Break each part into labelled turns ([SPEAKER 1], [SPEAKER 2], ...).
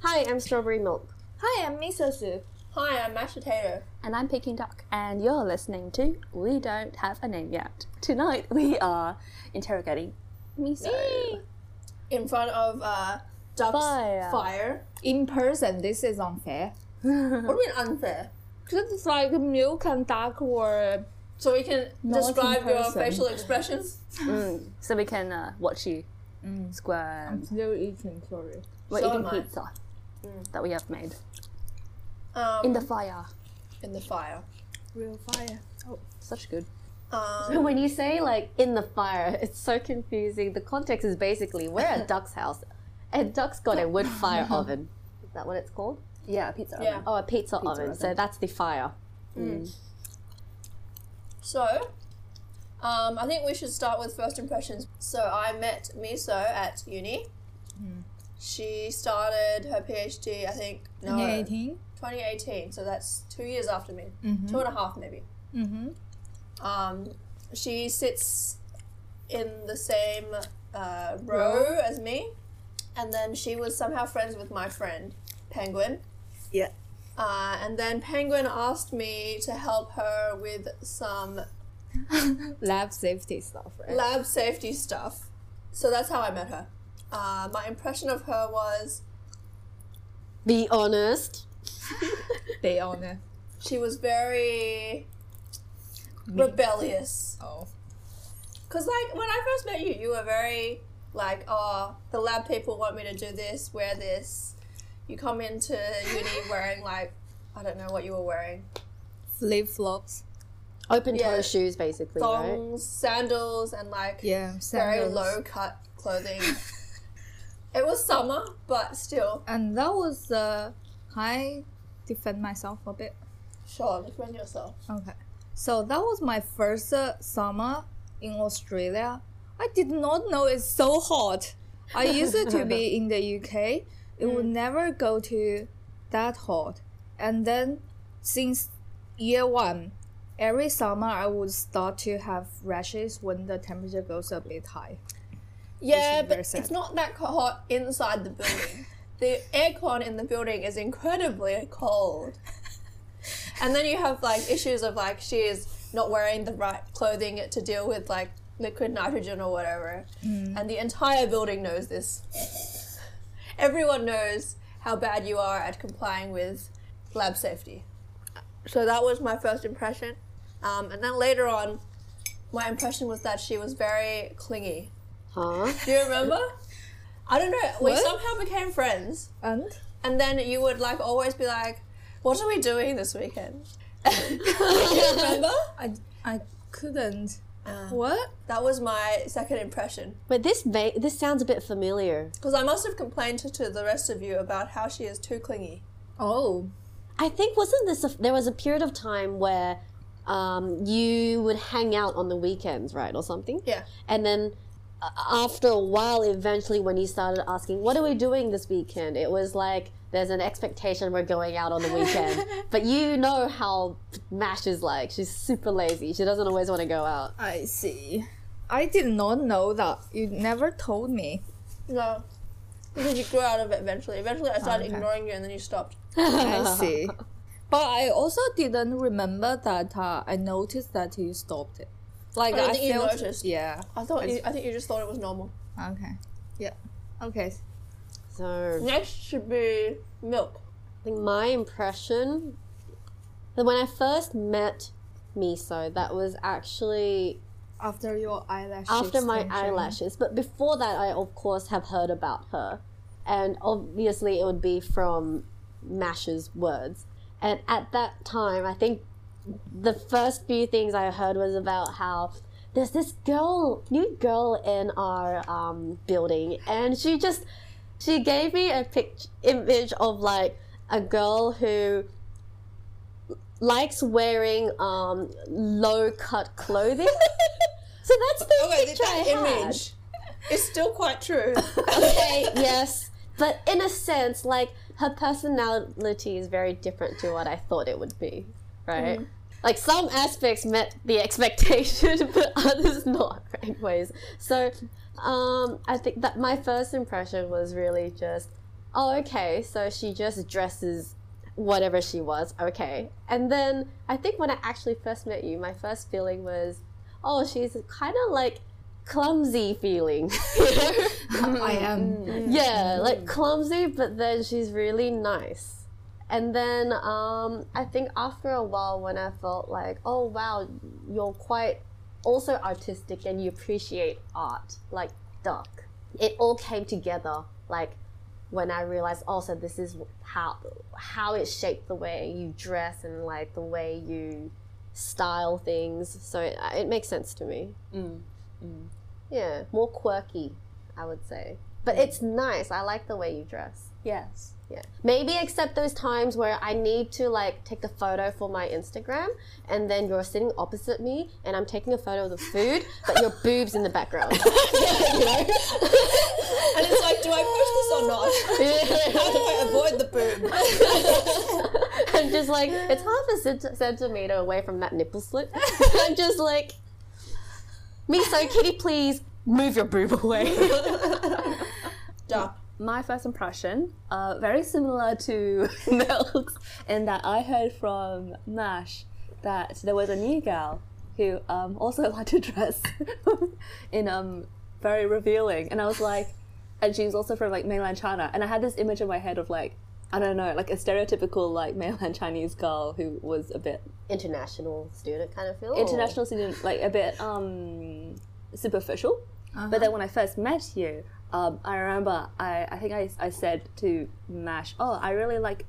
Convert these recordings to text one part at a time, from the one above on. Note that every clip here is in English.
[SPEAKER 1] Hi, I'm Strawberry Milk.
[SPEAKER 2] Hi, I'm Miso Soup.
[SPEAKER 3] Hi, I'm Mashed Potato.
[SPEAKER 4] And I'm Peking Duck, and you're listening to We Don't Have a Name Yet. Tonight we are interrogating Miso.
[SPEAKER 3] In front of uh, Doug's
[SPEAKER 4] Fire.
[SPEAKER 3] fire.
[SPEAKER 2] In person, this is unfair.
[SPEAKER 3] What do you mean unfair?
[SPEAKER 2] Because it's like milk and duck or
[SPEAKER 3] So we can
[SPEAKER 2] Not
[SPEAKER 3] describe
[SPEAKER 2] in
[SPEAKER 3] your
[SPEAKER 2] person.
[SPEAKER 3] facial expressions.
[SPEAKER 4] Mm, so we can uh, watch you squirm.
[SPEAKER 2] still eating, sorry.
[SPEAKER 4] We're
[SPEAKER 3] So
[SPEAKER 4] eating
[SPEAKER 3] am I.
[SPEAKER 4] pizza that we have made
[SPEAKER 3] Um,
[SPEAKER 4] in the fire.
[SPEAKER 3] in the fire.
[SPEAKER 1] Real fire.
[SPEAKER 4] Such good.
[SPEAKER 3] Um,
[SPEAKER 1] When you say like in the fire, it's so confusing. The context is basically we're at Duck's house, and Duck's got a wood fire oven. Is that what it's called?
[SPEAKER 4] Yeah, pizza.
[SPEAKER 3] Yeah.
[SPEAKER 1] Oh, a pizza, oven.
[SPEAKER 4] oven.
[SPEAKER 1] So that's the fire.
[SPEAKER 3] So, um, I think we should start with first impressions. So, I met Miso at uni.
[SPEAKER 2] Hmm.
[SPEAKER 3] She started her PhD, I think, no,
[SPEAKER 2] 2018?
[SPEAKER 3] 2018. So that's two years after me, Two and a half maybe. Mm-hmm. Um, she sits in the same uh, row as me, and then she was somehow friends with my friend Penguin.
[SPEAKER 5] Yeah.
[SPEAKER 3] Uh, and then Penguin asked me to help her with some
[SPEAKER 2] Lab safety stuff, right?
[SPEAKER 3] lab safety stuff. So that's how I met her. Uh, my impression of her was
[SPEAKER 1] Be honest.
[SPEAKER 2] Be honest.
[SPEAKER 3] she was very rebellious.
[SPEAKER 2] Oh.
[SPEAKER 3] Cause like when I first met you, you were very like, oh, the lab people want me to do this, wear this. You come into uni wearing like, I don't know what you were wearing,
[SPEAKER 2] Flip flops.
[SPEAKER 1] Open toe
[SPEAKER 3] Yeah.
[SPEAKER 1] shoes, basically, right?
[SPEAKER 3] thongs, sandals, and like
[SPEAKER 2] Yeah,
[SPEAKER 3] very
[SPEAKER 2] sandals.
[SPEAKER 3] low cut clothing. it was summer, but still,
[SPEAKER 2] And that was the. I defend myself a bit.
[SPEAKER 3] sure, defend yourself.
[SPEAKER 2] Okay. So that was my first uh, summer in Australia. I did not know it's so hot. I used to be in the UK. It would never go to that hot. And then since year one, every summer I would start to have rashes when the temperature goes a bit high.
[SPEAKER 3] Yeah,
[SPEAKER 2] is very
[SPEAKER 3] but
[SPEAKER 2] sad.
[SPEAKER 3] it's not that co- hot inside the building. the aircon in the building is incredibly cold. And then you have like issues of like she is not wearing the right clothing to deal with like liquid nitrogen or whatever.
[SPEAKER 2] Mm.
[SPEAKER 3] And the entire building knows this. Everyone knows how bad you are at complying with lab safety. So that was my first impression. Um, and then later on, my impression was that she was very clingy.
[SPEAKER 1] Huh?
[SPEAKER 3] Do you remember? I don't know. We
[SPEAKER 2] What?
[SPEAKER 3] somehow became friends,
[SPEAKER 2] And
[SPEAKER 3] and then you would like always be like, "What are we doing this weekend?" Do you remember?
[SPEAKER 2] I, I couldn't. what?
[SPEAKER 3] That was my second impression
[SPEAKER 1] But this ba- this sounds a bit familiar.
[SPEAKER 3] because I must have complained to, to the rest of you about how she is too clingy.
[SPEAKER 2] Oh.
[SPEAKER 1] I think wasn't this a, there was a period of time where um, you would hang out on the weekends, right, or something?
[SPEAKER 3] Yeah.
[SPEAKER 1] And then uh, after a while, eventually, when you started asking, "What are we doing this weekend?" It was like there's an expectation we're going out on the weekend, but you know how Mash is like. She's super lazy. She doesn't always want to go out.
[SPEAKER 2] I see. I did not know that. You never told me.
[SPEAKER 3] No, Oh, because you grew out of it eventually. Eventually, I started
[SPEAKER 2] okay.
[SPEAKER 3] ignoring you, and then you stopped.
[SPEAKER 2] I see. But I also didn't remember that uh, I noticed that you stopped it. Like
[SPEAKER 3] I don't
[SPEAKER 2] I,
[SPEAKER 3] think you
[SPEAKER 2] felt,
[SPEAKER 3] noticed.
[SPEAKER 2] Yeah.
[SPEAKER 3] I thought you, I think you just thought it was normal.
[SPEAKER 2] Okay. Yeah. Okay.
[SPEAKER 1] So
[SPEAKER 3] Next should be milk.
[SPEAKER 1] I think my impression that when I first met Miso, that was actually
[SPEAKER 2] After your eyelash.
[SPEAKER 1] after my
[SPEAKER 2] extension.
[SPEAKER 1] eyelashes. But before that, I of course have heard about her, and obviously it would be from Mash's words. And at that time, I think the first few things I heard was about how there's this girl, new girl in our um, building, and she just she gave me a pic- image of like a girl who likes wearing um, low cut clothing. so that's the
[SPEAKER 3] Okay,
[SPEAKER 1] picture
[SPEAKER 3] that
[SPEAKER 1] I had.
[SPEAKER 3] image is still quite true.
[SPEAKER 1] Okay, yes, but in a sense, like her personality is very different to what I thought it would be, right? Like some aspects met the expectation, but others not. Anyways, so um, I think that my first impression was really just oh, okay, so she just dresses whatever she was, okay. And then I think when I actually first met you, my first feeling was, oh, she's kind of like clumsy feeling. you know?
[SPEAKER 2] I
[SPEAKER 1] Mm.
[SPEAKER 2] am.
[SPEAKER 1] yeah, like clumsy, but then she's really nice. And then um, I think after a while, when I felt like, oh wow, you're quite also artistic and you appreciate art, like Duck, it all came together. Like when I realized also this is how how it shaped the way you dress and like the way you style things. So it, it makes sense to me. Yeah, more quirky, I would say. But it's nice. I like the way you dress.
[SPEAKER 4] Yes.
[SPEAKER 1] Yeah. Maybe except those times where I need to like take a photo for my Instagram and then you're sitting opposite me and I'm taking a photo of the food, but your boobs in the background. you know?
[SPEAKER 3] And it's like, do I push this or not? How do I avoid the boob?
[SPEAKER 1] I'm just like, it's half a cent- centimeter away from that nipple slip. I'm just like, me so kitty, please move your boob away.
[SPEAKER 3] Duck.
[SPEAKER 4] my first impression, uh, very similar to Milk's, in that I heard from Nash that there was a new girl who um, also liked to dress in um, very revealing, and I was like, and she was also from like mainland China, and I had this image in my head of like, I don't know, like a stereotypical like mainland Chinese girl who was a bit
[SPEAKER 1] International student kind of feel.
[SPEAKER 4] international student, like a bit um, superficial. But then when I first met you, um, I remember I, I think I, I said to Mash, oh, I really like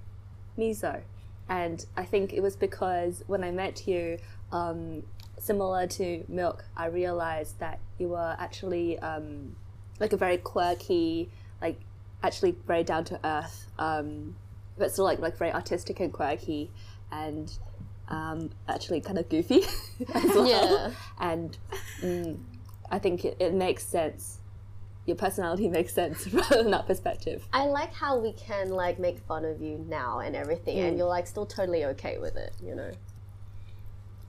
[SPEAKER 4] miso. And I think it was because when I met you, um, similar to Milk, I realized that you were actually um, like a very quirky, like actually very down to earth, um, but still like like very artistic and quirky, and um, actually kind of goofy as well.
[SPEAKER 1] Yeah.
[SPEAKER 4] And mm, I think it, it makes sense. Your personality makes sense from that perspective.
[SPEAKER 1] I like how we can like make fun of you now and everything, and you're like still totally okay with it, you know.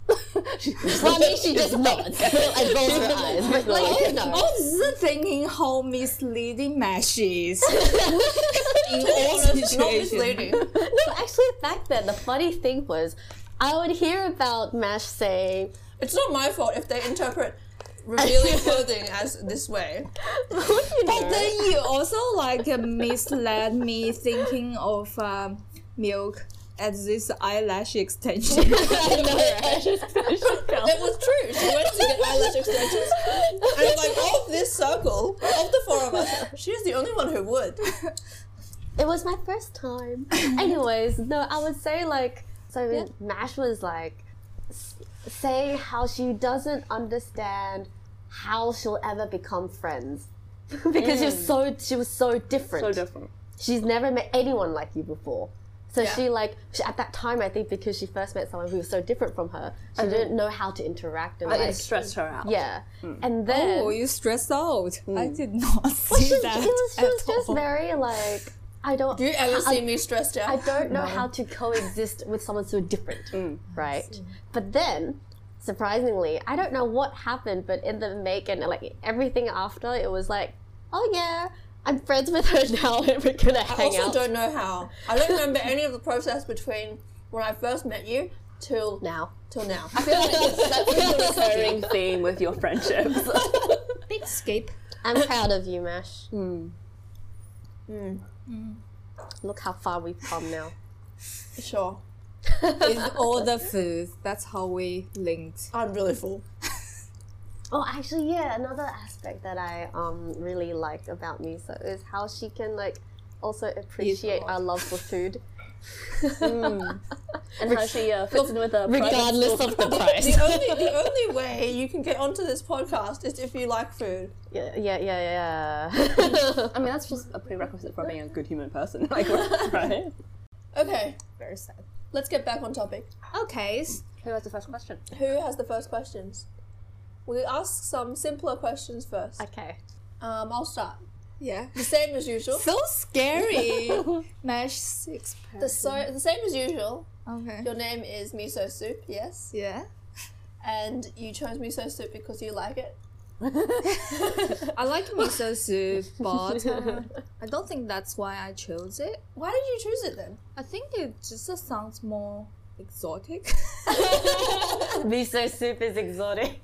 [SPEAKER 1] well, I mean, she just nods and rolls her eyes, but like, no.
[SPEAKER 2] Also thinking how misleading Mash is in all
[SPEAKER 3] It's not
[SPEAKER 2] situations.
[SPEAKER 3] misleading.
[SPEAKER 1] But Actually, back then, the funny thing was, I would hear about Mash saying,
[SPEAKER 3] It's not my fault if they interpret revealing clothing as this way.
[SPEAKER 1] you know,
[SPEAKER 2] But then you also like uh, misled me thinking of um, milk as this eyelash extension.
[SPEAKER 3] It was true. She went to get eyelash extensions. And it's like, of this circle, of the four of us, she's the only one who would.
[SPEAKER 1] It was my first time. Anyways, no, I would say like so Mash was like s- saying how she doesn't understand how she'll ever become friends because she was so she was Mm. so different.
[SPEAKER 4] So different.
[SPEAKER 1] She's never met anyone like you before. So
[SPEAKER 3] Yeah.
[SPEAKER 1] she like she, at that time I think because she first met someone who was so different from her, she didn't know how to interact and
[SPEAKER 4] I
[SPEAKER 1] like
[SPEAKER 4] didn't stress her out.
[SPEAKER 1] yeah. And then
[SPEAKER 2] oh, you stressed out. I did not see
[SPEAKER 1] Hmm. she,
[SPEAKER 2] that
[SPEAKER 1] it was, she
[SPEAKER 2] at
[SPEAKER 1] was just
[SPEAKER 2] all.
[SPEAKER 1] very like I don't
[SPEAKER 3] Do you ever
[SPEAKER 1] I-
[SPEAKER 3] see me stressed
[SPEAKER 1] I
[SPEAKER 3] out?
[SPEAKER 1] don't know how to coexist with someone so different,
[SPEAKER 3] Mm.
[SPEAKER 1] right? But then, surprisingly, I don't know what happened, but in the make and like everything after, it was like, oh yeah, I'm friends with her now, and we're gonna
[SPEAKER 3] I
[SPEAKER 1] hang
[SPEAKER 3] also
[SPEAKER 1] out
[SPEAKER 3] don't know how. I don't remember any of the process between when I first met you till
[SPEAKER 1] now.
[SPEAKER 3] till now. I feel like it's- that's
[SPEAKER 4] It's a recurring theme with your friendships.
[SPEAKER 2] Big escape.
[SPEAKER 1] I'm proud of you, Mash.
[SPEAKER 3] Hmm.
[SPEAKER 1] Look how far we've come now.
[SPEAKER 3] sure.
[SPEAKER 2] With all the food. That's how we linked.
[SPEAKER 3] I'm really full.
[SPEAKER 1] Oh, actually, yeah. Another aspect that I um really like about Misa is how she can like also appreciate our love for food,
[SPEAKER 4] and how she uh, fits in with the private
[SPEAKER 1] regardless
[SPEAKER 4] school.
[SPEAKER 1] of the price.
[SPEAKER 3] The only the only way you can get onto this podcast is if you like food.
[SPEAKER 1] Yeah, yeah, yeah, yeah.
[SPEAKER 4] I mean, that's just a prerequisite for being a good human person. Like, right?
[SPEAKER 3] Okay,
[SPEAKER 2] Very sad.
[SPEAKER 3] let's get back on topic.
[SPEAKER 2] Okay. s-
[SPEAKER 4] Who has the first question?
[SPEAKER 3] Who has the first questions? We ask some simpler questions first.
[SPEAKER 1] okay.
[SPEAKER 3] Um, I'll start.
[SPEAKER 2] Yeah.
[SPEAKER 3] The same as usual.
[SPEAKER 2] So scary. Mash six.
[SPEAKER 3] The, so, the same as usual.
[SPEAKER 2] Okay.
[SPEAKER 3] Your name is miso soup, yes,
[SPEAKER 2] Yeah.
[SPEAKER 3] and you chose miso soup because you like it.
[SPEAKER 2] I like miso soup, but uh, I don't think that's why I chose it.
[SPEAKER 3] Why did you choose it then?
[SPEAKER 2] I think it just uh, sounds more exotic.
[SPEAKER 4] Miso soup is exotic.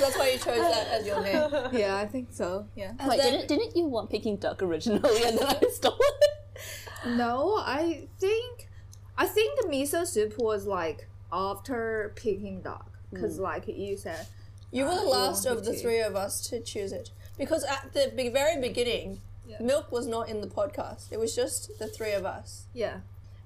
[SPEAKER 3] That's why you chose that as your name.
[SPEAKER 2] yeah, I think so. Uh, Yeah.
[SPEAKER 3] And
[SPEAKER 4] Wait,
[SPEAKER 3] then-
[SPEAKER 4] didn't, didn't you want Peking duck originally and then I stole it?
[SPEAKER 2] No, I think I think the miso soup was like after Peking duck, because like you said,
[SPEAKER 3] You were the last
[SPEAKER 2] Ah, yeah,
[SPEAKER 3] of the
[SPEAKER 2] okay.
[SPEAKER 3] three of us to choose it because at the be- very beginning, Milk was not in the podcast. It was just the three of us,
[SPEAKER 2] yeah,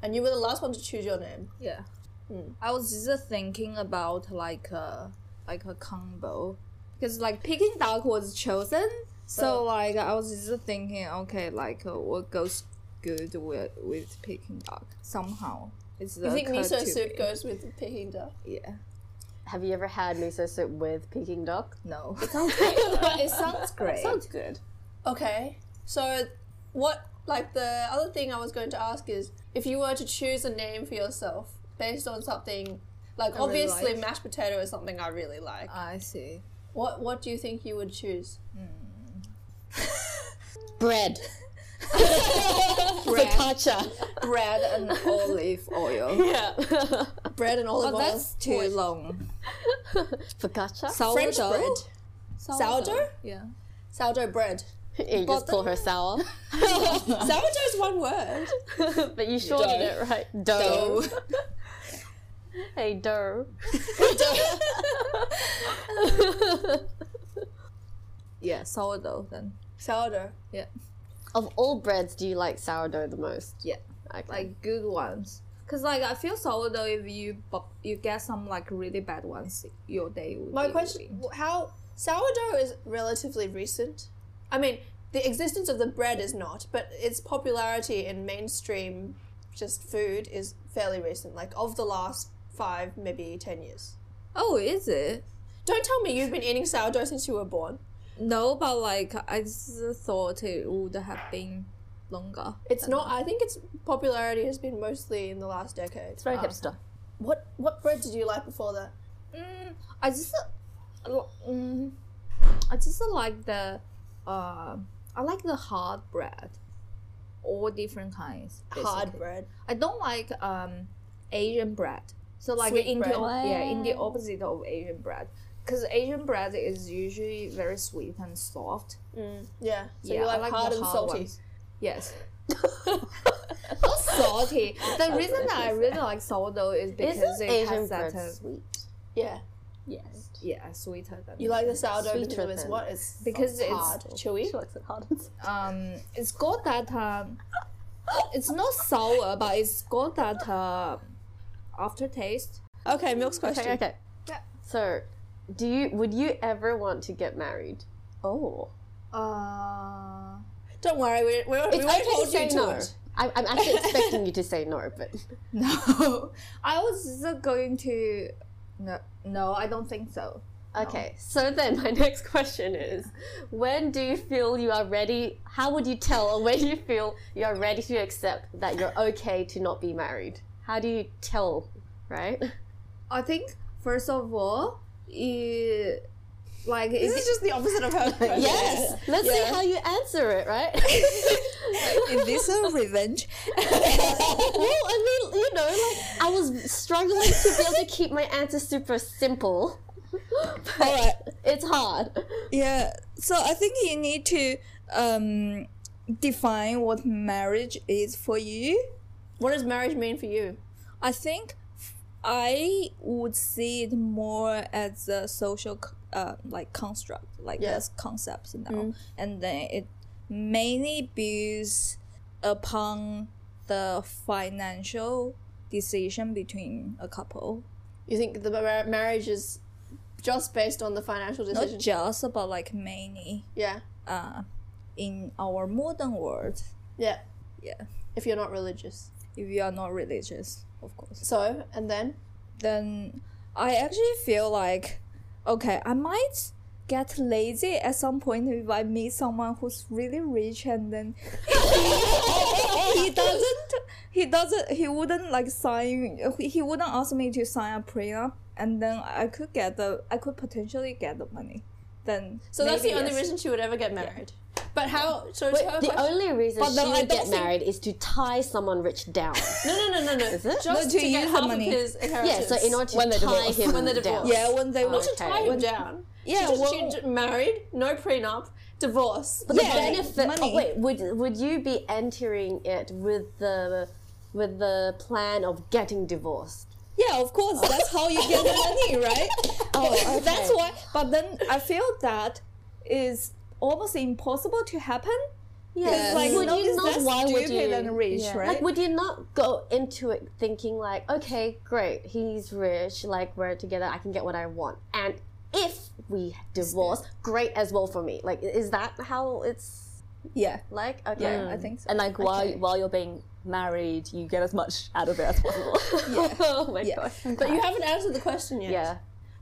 [SPEAKER 3] and you were the last one to choose your name.
[SPEAKER 2] yeah.
[SPEAKER 3] Hmm.
[SPEAKER 2] I was just thinking about like a like a combo, because like Peking duck was chosen, so like I was just thinking, okay, like uh, what goes good with with Peking duck somehow. It's
[SPEAKER 3] You
[SPEAKER 2] the
[SPEAKER 3] think miso
[SPEAKER 2] cut to
[SPEAKER 3] soup
[SPEAKER 2] me.
[SPEAKER 3] goes with Peking duck?
[SPEAKER 2] Yeah.
[SPEAKER 1] Have you ever had miso soup with Peking duck?
[SPEAKER 2] No. It sounds great. it sounds great.
[SPEAKER 4] Sounds good.
[SPEAKER 3] Okay, so what? Like the other thing I was going to ask is if you were to choose a name for yourself based on something. Like
[SPEAKER 2] really
[SPEAKER 3] obviously,
[SPEAKER 2] like. Uh,
[SPEAKER 3] mashed potato is something I really like.
[SPEAKER 2] I see.
[SPEAKER 3] What What do you think you would choose?
[SPEAKER 1] Bread.
[SPEAKER 2] Bread,
[SPEAKER 1] Focaccia.
[SPEAKER 2] bread and olive oil.
[SPEAKER 1] Yeah.
[SPEAKER 3] Bread and olive oil.
[SPEAKER 2] Oh, that's too long.
[SPEAKER 1] Focaccia?
[SPEAKER 2] Sourdough?
[SPEAKER 3] French bread.
[SPEAKER 2] Sourdough?
[SPEAKER 3] Sourdough?
[SPEAKER 2] Yeah.
[SPEAKER 3] Sourdough bread.
[SPEAKER 1] You just call her sour.
[SPEAKER 3] Sourdough is one word.
[SPEAKER 1] but you shortened it, right? Dough. hey, dough.
[SPEAKER 2] Yeah, sourdough then.
[SPEAKER 3] Sourdough.
[SPEAKER 2] Yeah.
[SPEAKER 1] Of all breads, do you like sourdough the most?
[SPEAKER 2] Yeah.
[SPEAKER 1] Okay.
[SPEAKER 2] Like good ones. Cause like I feel sourdough if you bu- you get some like really bad ones, your day will
[SPEAKER 3] My
[SPEAKER 2] be
[SPEAKER 3] question:
[SPEAKER 2] ruined.
[SPEAKER 3] How sourdough is relatively recent? I mean, the existence of the bread is not, but its popularity in mainstream just food is fairly recent, like of the last five, maybe ten years.
[SPEAKER 2] Oh, is it?
[SPEAKER 3] Don't tell me you've been eating sourdough since you were born.
[SPEAKER 2] No, but like I just thought it would have been longer.
[SPEAKER 3] It's not. I think its popularity has been mostly in the last decade. Ah.
[SPEAKER 1] very hipster.
[SPEAKER 3] What What bread did you like before that?
[SPEAKER 2] Mm, I just uh, mm, I just like the uh, I like the hard bread, all different kinds.
[SPEAKER 3] Hard
[SPEAKER 2] basically.
[SPEAKER 3] bread.
[SPEAKER 2] I don't like um Asian bread. So like
[SPEAKER 3] Sweet
[SPEAKER 2] in
[SPEAKER 3] bread.
[SPEAKER 2] the op- yeah in the opposite of Asian bread, because Asian bread is usually very sweet and soft.
[SPEAKER 3] Yeah. So
[SPEAKER 2] yeah,
[SPEAKER 3] you
[SPEAKER 2] I
[SPEAKER 3] like,
[SPEAKER 2] like
[SPEAKER 3] hard
[SPEAKER 2] the
[SPEAKER 3] and
[SPEAKER 2] hard
[SPEAKER 3] salty.
[SPEAKER 2] ones. Yes. Not salty. The reason that I really like sourdough is because
[SPEAKER 1] Isn't
[SPEAKER 2] it
[SPEAKER 1] Asian
[SPEAKER 2] has that
[SPEAKER 1] bread
[SPEAKER 2] uh,
[SPEAKER 1] sweet?
[SPEAKER 3] Yeah.
[SPEAKER 4] Yes.
[SPEAKER 2] yeah sweeter than
[SPEAKER 3] You like the sourdough
[SPEAKER 1] Sweeter
[SPEAKER 3] because it's
[SPEAKER 1] than-
[SPEAKER 3] what? It's
[SPEAKER 2] Because it's-
[SPEAKER 3] hard, chewy.
[SPEAKER 4] She likes it hard and soft.
[SPEAKER 2] um it's got that um it's not sour but it's got that uh, aftertaste
[SPEAKER 3] Okay, milk's question.
[SPEAKER 1] Okay, okay. So, do you would you ever want to get married? Oh.
[SPEAKER 2] uh
[SPEAKER 3] Don't worry, we, we, we won't
[SPEAKER 1] okay to
[SPEAKER 3] hold you
[SPEAKER 1] say
[SPEAKER 3] to
[SPEAKER 1] no.
[SPEAKER 3] it.
[SPEAKER 1] I'm, I'm actually expecting you to say no, but
[SPEAKER 2] no i was just going to no no i don't think so
[SPEAKER 1] okay. So then, my next question is: When do you feel you are ready? How would you tell, or when you feel you are ready to accept that you're okay to not be married? How do you tell? Right?
[SPEAKER 2] i think first of all you like is
[SPEAKER 3] This is just the opposite of her question.
[SPEAKER 1] Yes. Let's see how you answer it. Right?
[SPEAKER 2] is this a revenge
[SPEAKER 1] well, I mean, you know, like I was struggling to be able to keep my answer super simple.
[SPEAKER 2] all right
[SPEAKER 1] It's hard.
[SPEAKER 2] Yeah, so I think you need to um, define what marriage is for you.
[SPEAKER 3] What does marriage mean for you?
[SPEAKER 2] I think I would see it more as a social, c- uh, like construct, like
[SPEAKER 3] Yeah. Mm-hmm.
[SPEAKER 2] as concepts now, and then it mainly builds upon the financial decision between a couple,
[SPEAKER 3] You think the mar- marriage is just based on the financial
[SPEAKER 2] not
[SPEAKER 3] decision?
[SPEAKER 2] just about like mainly
[SPEAKER 3] yeah.
[SPEAKER 2] uh, in our modern world.
[SPEAKER 3] Yeah.
[SPEAKER 2] Yeah.
[SPEAKER 3] If you're not religious.
[SPEAKER 2] if you are not religious, of course.
[SPEAKER 3] So, and then?
[SPEAKER 2] Then I actually feel like, okay, I might get lazy at some point if I meet someone who's really rich and then he doesn't, he doesn't, he wouldn't like sign, he wouldn't ask me to sign a prenup and then I could get the, I could potentially get the money. then
[SPEAKER 3] So that's the
[SPEAKER 2] maybe
[SPEAKER 3] only
[SPEAKER 2] yes.
[SPEAKER 3] reason she would ever get married. But how? So to
[SPEAKER 1] Wait,
[SPEAKER 3] her
[SPEAKER 1] the
[SPEAKER 3] question-
[SPEAKER 1] only reason
[SPEAKER 3] But
[SPEAKER 1] she
[SPEAKER 3] then I
[SPEAKER 1] would
[SPEAKER 3] don't
[SPEAKER 1] get
[SPEAKER 3] think-
[SPEAKER 1] married is to tie someone rich down.
[SPEAKER 3] no, no, no, no, no.
[SPEAKER 1] Is it?
[SPEAKER 3] Just
[SPEAKER 2] No,
[SPEAKER 3] to,
[SPEAKER 2] to
[SPEAKER 3] get
[SPEAKER 2] use
[SPEAKER 3] half
[SPEAKER 2] the
[SPEAKER 3] of
[SPEAKER 2] money.
[SPEAKER 3] his
[SPEAKER 1] yeah,
[SPEAKER 3] inheritance.
[SPEAKER 1] so in order to
[SPEAKER 2] When they're
[SPEAKER 1] tie
[SPEAKER 2] divorced.
[SPEAKER 1] him
[SPEAKER 3] When they're
[SPEAKER 1] down.
[SPEAKER 3] divorced.
[SPEAKER 2] Yeah, when they
[SPEAKER 3] Not to tie him
[SPEAKER 1] When-
[SPEAKER 3] down.
[SPEAKER 2] Yeah,
[SPEAKER 3] she just
[SPEAKER 2] well-
[SPEAKER 3] she d- married, no prenup, divorce.
[SPEAKER 1] the
[SPEAKER 2] Yeah,
[SPEAKER 1] benefit.
[SPEAKER 2] money.
[SPEAKER 1] Oh, wait, would would you be entering it with the with the plan of getting divorced?
[SPEAKER 2] Yeah, of course. That's how you get the money, right?
[SPEAKER 1] Oh, okay.
[SPEAKER 2] That's why. But then I feel that is almost impossible to happen.
[SPEAKER 1] Yes.
[SPEAKER 2] Like,
[SPEAKER 1] would you
[SPEAKER 2] nobody's
[SPEAKER 1] not?
[SPEAKER 2] less
[SPEAKER 1] Why would
[SPEAKER 2] stupid
[SPEAKER 1] you?
[SPEAKER 2] and rich,
[SPEAKER 4] Yeah.
[SPEAKER 2] right?
[SPEAKER 1] Like, would you not go into it thinking like, okay, great, he's rich, like we're together, I can get what I want, and if we divorce, great as well for me. Like, is that how it's
[SPEAKER 2] yeah,
[SPEAKER 1] like? Okay,
[SPEAKER 2] yeah, I think so.
[SPEAKER 4] And like while
[SPEAKER 1] Okay.
[SPEAKER 4] while you're being married, you get as much out of it as possible. oh my
[SPEAKER 2] Yeah.
[SPEAKER 4] gosh.
[SPEAKER 3] But you haven't answered the question yet.
[SPEAKER 1] yeah.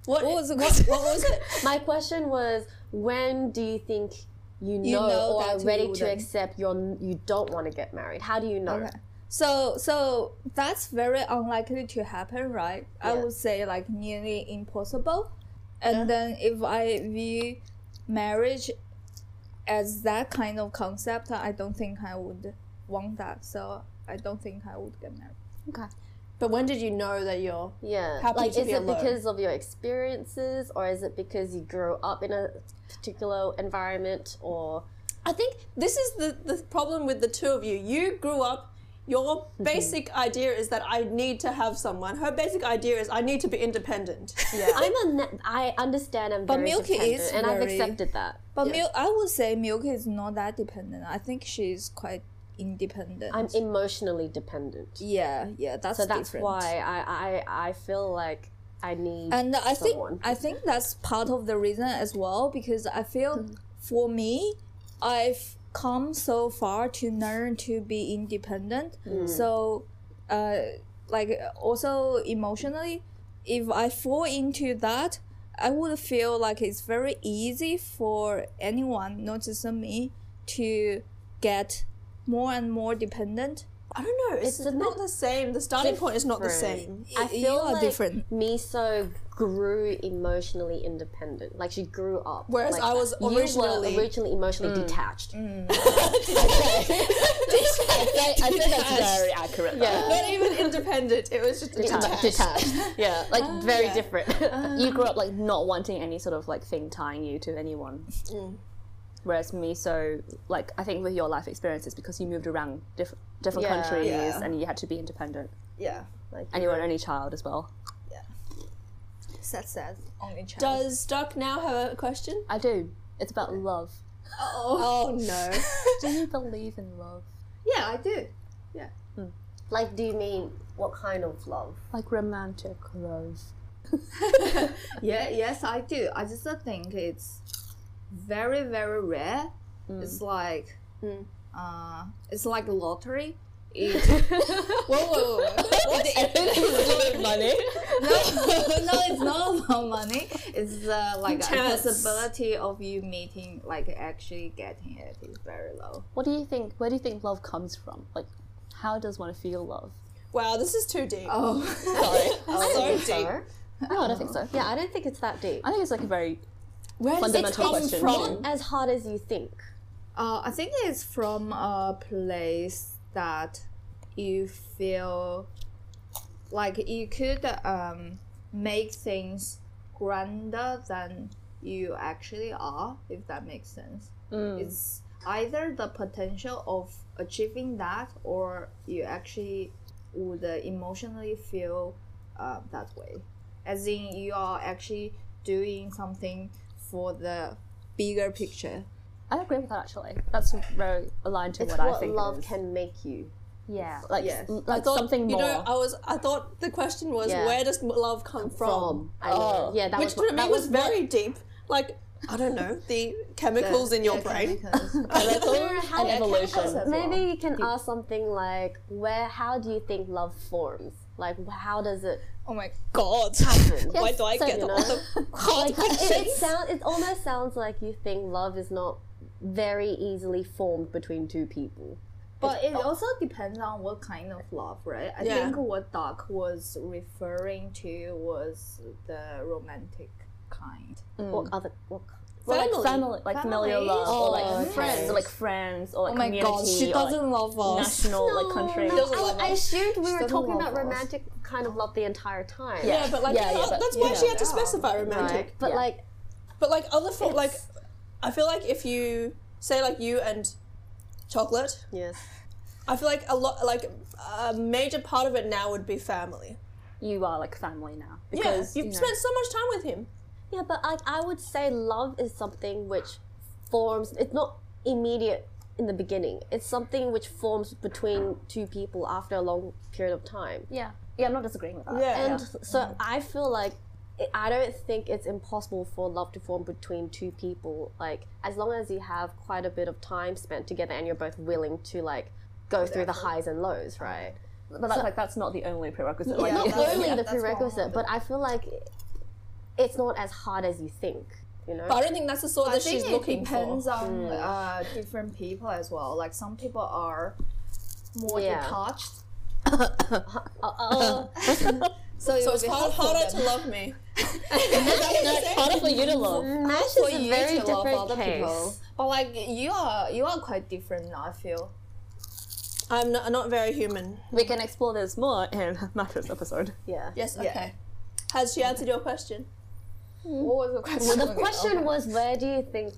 [SPEAKER 3] What,
[SPEAKER 2] what was the question? What was it?
[SPEAKER 1] My question was, when do you think you know,
[SPEAKER 2] know
[SPEAKER 1] or
[SPEAKER 2] that
[SPEAKER 1] are
[SPEAKER 2] you
[SPEAKER 1] ready to
[SPEAKER 2] wouldn't.
[SPEAKER 1] accept you're n- you don't want to get married? How do you know?
[SPEAKER 2] Okay. So so that's very unlikely to happen, right? I
[SPEAKER 1] Yeah.
[SPEAKER 2] would say like nearly impossible. And then if I view marriage as that kind of concept, I don't think I would want that. So I don't think I would get married.
[SPEAKER 3] But when did you know that you're?
[SPEAKER 1] Yeah,
[SPEAKER 3] Happy
[SPEAKER 1] like
[SPEAKER 3] to
[SPEAKER 1] is
[SPEAKER 3] be
[SPEAKER 1] it
[SPEAKER 3] alone.
[SPEAKER 1] because of your experiences, or is it because you grew up in a particular environment, or
[SPEAKER 3] I think this is the the problem with the two of you. You grew up. Your basic idea is that I need to have someone. Her basic idea is I need to be independent.
[SPEAKER 1] I'm a na- I understand I'm very
[SPEAKER 2] Milky is
[SPEAKER 1] dependent, and I've
[SPEAKER 2] very-
[SPEAKER 1] accepted that.
[SPEAKER 2] But Mil- I would say Milk is not that dependent. I think she's quite independent.
[SPEAKER 1] I'm emotionally dependent,
[SPEAKER 2] yeah, yeah, that's
[SPEAKER 1] so that's
[SPEAKER 2] different.
[SPEAKER 1] why I, I I feel like I need
[SPEAKER 2] and I think
[SPEAKER 1] someone.
[SPEAKER 2] I think that's part of the reason as well because I feel
[SPEAKER 3] Mm-hmm.
[SPEAKER 2] for me, I've come so far to learn to be independent.
[SPEAKER 3] Mm.
[SPEAKER 2] So, uh, like also emotionally, if I fall into that, I would feel like it's very easy for anyone, not just me, to get more and more dependent.
[SPEAKER 3] I don't know. It's,
[SPEAKER 1] It's a
[SPEAKER 3] not
[SPEAKER 1] bit
[SPEAKER 3] the same. The starting point is not the same.
[SPEAKER 1] I
[SPEAKER 2] You
[SPEAKER 1] feel
[SPEAKER 2] are
[SPEAKER 1] like
[SPEAKER 2] different.
[SPEAKER 1] Miso grew emotionally independent. Like she grew up.
[SPEAKER 3] Whereas
[SPEAKER 1] Like,
[SPEAKER 3] I was
[SPEAKER 1] you
[SPEAKER 3] originally-
[SPEAKER 1] were originally emotionally
[SPEAKER 4] Mm.
[SPEAKER 1] detached.
[SPEAKER 4] I think that's very accurate.
[SPEAKER 1] Yeah.
[SPEAKER 3] Not even independent. It was just
[SPEAKER 1] Detached.
[SPEAKER 3] detached.
[SPEAKER 4] Yeah.
[SPEAKER 2] Oh,
[SPEAKER 4] Like
[SPEAKER 1] Very different.
[SPEAKER 2] Um.
[SPEAKER 4] you grew up like not wanting any sort of like thing tying you to anyone.
[SPEAKER 2] Mm.
[SPEAKER 4] Whereas me, so like I think with your life experiences, because you moved around diff- different
[SPEAKER 1] Yeah.
[SPEAKER 4] countries
[SPEAKER 2] Yeah.
[SPEAKER 4] and you had to be independent,
[SPEAKER 2] Yeah,
[SPEAKER 4] and you were an only child as well.
[SPEAKER 2] sad, sad, only child.
[SPEAKER 3] Does Duck now have a question?
[SPEAKER 4] I do. It's about love.
[SPEAKER 3] Oh no.
[SPEAKER 4] Do you believe in love?
[SPEAKER 3] yeah, I do.
[SPEAKER 1] like, do you mean what kind of love?
[SPEAKER 4] Like romantic love.
[SPEAKER 2] Yeah, yes, I do. I just uh, think it's very, very rare.
[SPEAKER 3] Mm.
[SPEAKER 2] It's like, uh, it's like a lottery. It,
[SPEAKER 3] Whoa, whoa, whoa.
[SPEAKER 4] money.
[SPEAKER 2] no, it's not about money. It's uh, like
[SPEAKER 3] Chance.
[SPEAKER 2] a possibility of you meeting, like actually getting it is very low.
[SPEAKER 4] What do you think? Where do you think love comes from? Like, how does one feel love?
[SPEAKER 3] Wow, this is too deep.
[SPEAKER 2] Oh,
[SPEAKER 4] Sorry.
[SPEAKER 3] so deep.
[SPEAKER 1] So?
[SPEAKER 4] No, I don't think so.
[SPEAKER 1] Yeah, I don't think it's that deep.
[SPEAKER 4] I think it's like a very
[SPEAKER 3] Where does it
[SPEAKER 4] fundamental
[SPEAKER 3] come
[SPEAKER 4] question.
[SPEAKER 3] from?
[SPEAKER 1] As hard as you think.
[SPEAKER 2] uh, I think it's from a place that you feel like you could um, make things grander than you actually are, if that makes sense.
[SPEAKER 3] Mm.
[SPEAKER 2] It's either the potential of achieving that or you actually would uh, emotionally feel uh, that way. As in, you are actually doing something for the bigger picture.
[SPEAKER 4] I agree with that actually. That's very aligned to
[SPEAKER 1] It's
[SPEAKER 4] what,
[SPEAKER 1] what,
[SPEAKER 4] I think. it
[SPEAKER 1] love
[SPEAKER 4] is.
[SPEAKER 1] can make you.
[SPEAKER 4] yeah, like
[SPEAKER 2] Yes.
[SPEAKER 4] like something
[SPEAKER 3] you
[SPEAKER 4] more.
[SPEAKER 3] know, I was. I thought the question was,
[SPEAKER 1] Yeah.
[SPEAKER 3] where does love come from?
[SPEAKER 1] From. I know.
[SPEAKER 4] Oh.
[SPEAKER 1] Yeah, that
[SPEAKER 3] Which
[SPEAKER 1] was,
[SPEAKER 3] to me
[SPEAKER 1] that
[SPEAKER 3] was,
[SPEAKER 1] was
[SPEAKER 3] very deep. Like I don't know the chemicals in your brain.
[SPEAKER 1] Or how-
[SPEAKER 4] an evolution.
[SPEAKER 1] Maybe you can ask something like, "Where? How do you think love forms? Like, how does it
[SPEAKER 2] Oh my
[SPEAKER 3] God, why do I
[SPEAKER 1] so,
[SPEAKER 3] get
[SPEAKER 1] you
[SPEAKER 3] all
[SPEAKER 1] know.
[SPEAKER 3] the hard
[SPEAKER 1] it, it
[SPEAKER 3] questions?
[SPEAKER 1] sound, it almost sounds like you think love is not very easily formed between two people.
[SPEAKER 2] But it also depends on what kind of love, right? I
[SPEAKER 3] Yeah.
[SPEAKER 2] think what Doc was referring to was the romantic kind.
[SPEAKER 3] Mm.
[SPEAKER 1] What other what,
[SPEAKER 4] Well, like
[SPEAKER 3] Family.
[SPEAKER 4] family, like familial
[SPEAKER 2] Families?
[SPEAKER 4] love, or like
[SPEAKER 1] Oh, okay.
[SPEAKER 4] friends, or like friends, or like
[SPEAKER 2] Oh my
[SPEAKER 4] community,
[SPEAKER 2] god, she
[SPEAKER 4] or,
[SPEAKER 2] doesn't
[SPEAKER 4] like,
[SPEAKER 2] love us.
[SPEAKER 4] national, like country.
[SPEAKER 1] No,
[SPEAKER 3] Doesn't
[SPEAKER 1] I,
[SPEAKER 3] love
[SPEAKER 1] I
[SPEAKER 3] us.
[SPEAKER 1] assumed we were
[SPEAKER 2] doesn't
[SPEAKER 1] talking
[SPEAKER 2] love
[SPEAKER 1] about
[SPEAKER 2] us.
[SPEAKER 1] romantic kind of love the entire time.
[SPEAKER 4] Yeah.
[SPEAKER 3] Yeah, but like
[SPEAKER 4] Yeah, yeah,
[SPEAKER 3] oh,
[SPEAKER 4] but-
[SPEAKER 3] that's why
[SPEAKER 4] yeah.
[SPEAKER 3] she had to
[SPEAKER 2] Yeah.
[SPEAKER 3] specify romantic.
[SPEAKER 1] Right. But
[SPEAKER 4] Yeah.
[SPEAKER 1] like,
[SPEAKER 3] But like other form, like I feel like if you say like you and chocolate,
[SPEAKER 1] yes.
[SPEAKER 3] I feel like a lot like a major part of it now would be family.
[SPEAKER 4] you are like family now
[SPEAKER 3] Yeah,
[SPEAKER 4] because
[SPEAKER 3] you've
[SPEAKER 4] you know,
[SPEAKER 3] spent so much time with him.
[SPEAKER 1] Yeah, but like I would say love is something which forms it's not immediate in the beginning. It's something which forms between two people after a long period of time.
[SPEAKER 4] yeah, yeah. I'm not disagreeing with that.
[SPEAKER 3] Yeah.
[SPEAKER 1] And so I feel like it- I don't think it's impossible for love to form between two people. Like as long as you have quite a bit of time spent together and you're both willing to like go through the highs and lows, right?
[SPEAKER 4] but that's like that's not the only prerequisite. like,
[SPEAKER 1] not
[SPEAKER 4] yeah.
[SPEAKER 1] only
[SPEAKER 2] yeah,
[SPEAKER 1] the
[SPEAKER 2] that's what
[SPEAKER 1] prerequisite, but I feel like it's not as hard as you think. You know.
[SPEAKER 3] But I don't think that's the sort
[SPEAKER 2] I
[SPEAKER 3] that
[SPEAKER 2] think
[SPEAKER 3] she's looking
[SPEAKER 2] it depends
[SPEAKER 3] for.
[SPEAKER 2] on
[SPEAKER 1] Hmm.
[SPEAKER 2] uh, different people as well. Like some people are more
[SPEAKER 1] Yeah.
[SPEAKER 2] detached,
[SPEAKER 1] Oh,
[SPEAKER 2] so, it
[SPEAKER 3] So
[SPEAKER 2] would
[SPEAKER 3] it's
[SPEAKER 2] be
[SPEAKER 3] hard,
[SPEAKER 2] hard for
[SPEAKER 3] harder
[SPEAKER 2] them.
[SPEAKER 3] to love me.
[SPEAKER 4] harder for you to love.
[SPEAKER 1] Mash
[SPEAKER 2] for
[SPEAKER 1] is a
[SPEAKER 2] you
[SPEAKER 1] very
[SPEAKER 2] to love
[SPEAKER 1] different
[SPEAKER 2] other
[SPEAKER 1] case.
[SPEAKER 2] people. But like you are, you are quite different. I feel.
[SPEAKER 3] I'm not, not very human.
[SPEAKER 4] We can explore this more in mattress episode.
[SPEAKER 1] Yeah.
[SPEAKER 3] Yes. Okay.
[SPEAKER 2] Yeah.
[SPEAKER 3] Has she answered your question? Hmm.
[SPEAKER 2] What was the question?
[SPEAKER 1] The
[SPEAKER 2] again?
[SPEAKER 1] question
[SPEAKER 2] Okay.
[SPEAKER 1] was, where do you think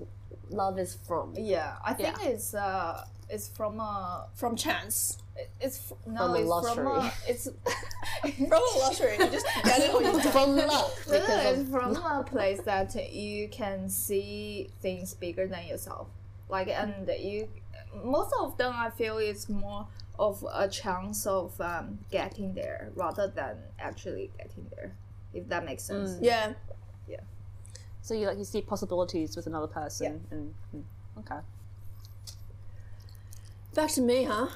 [SPEAKER 1] love is from?
[SPEAKER 2] Yeah, I think it's uh, it's from a,
[SPEAKER 3] From chance.
[SPEAKER 2] it's f- no,
[SPEAKER 1] From a
[SPEAKER 2] it's from
[SPEAKER 1] lottery.
[SPEAKER 2] a, it's
[SPEAKER 3] From a lottery. You just get it on your
[SPEAKER 1] From luck,
[SPEAKER 2] No, no,
[SPEAKER 1] because
[SPEAKER 2] it's from a place that you can see things bigger than yourself. Like, and you, most of them, I feel is more of a chance of um, getting there rather than actually getting there. If that makes sense.
[SPEAKER 3] Yeah.
[SPEAKER 4] So you like you see possibilities with another person, and, and okay.
[SPEAKER 3] Back to me, huh?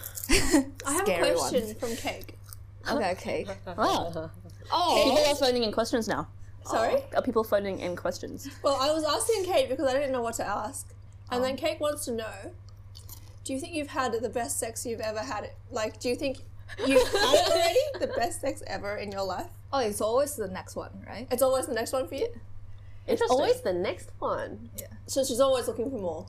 [SPEAKER 3] I have a
[SPEAKER 2] Scary one.
[SPEAKER 3] question from Cake.
[SPEAKER 2] Okay, okay.
[SPEAKER 4] Wow.
[SPEAKER 2] Oh,
[SPEAKER 4] People are phoning in questions now.
[SPEAKER 3] Sorry.
[SPEAKER 4] Oh. Are people phoning in questions?
[SPEAKER 3] Well, I was asking Kate because I didn't know what to ask, and
[SPEAKER 4] Oh.
[SPEAKER 3] then Kate wants to know: Do you think you've had the best sex you've ever had? Like, do you think you've had it already? The best sex ever in your life?
[SPEAKER 2] oh, it's always the next one, right?
[SPEAKER 3] It's always the next one for you.
[SPEAKER 1] it's
[SPEAKER 4] Interesting.
[SPEAKER 1] always the next one.
[SPEAKER 3] So she's always looking for more.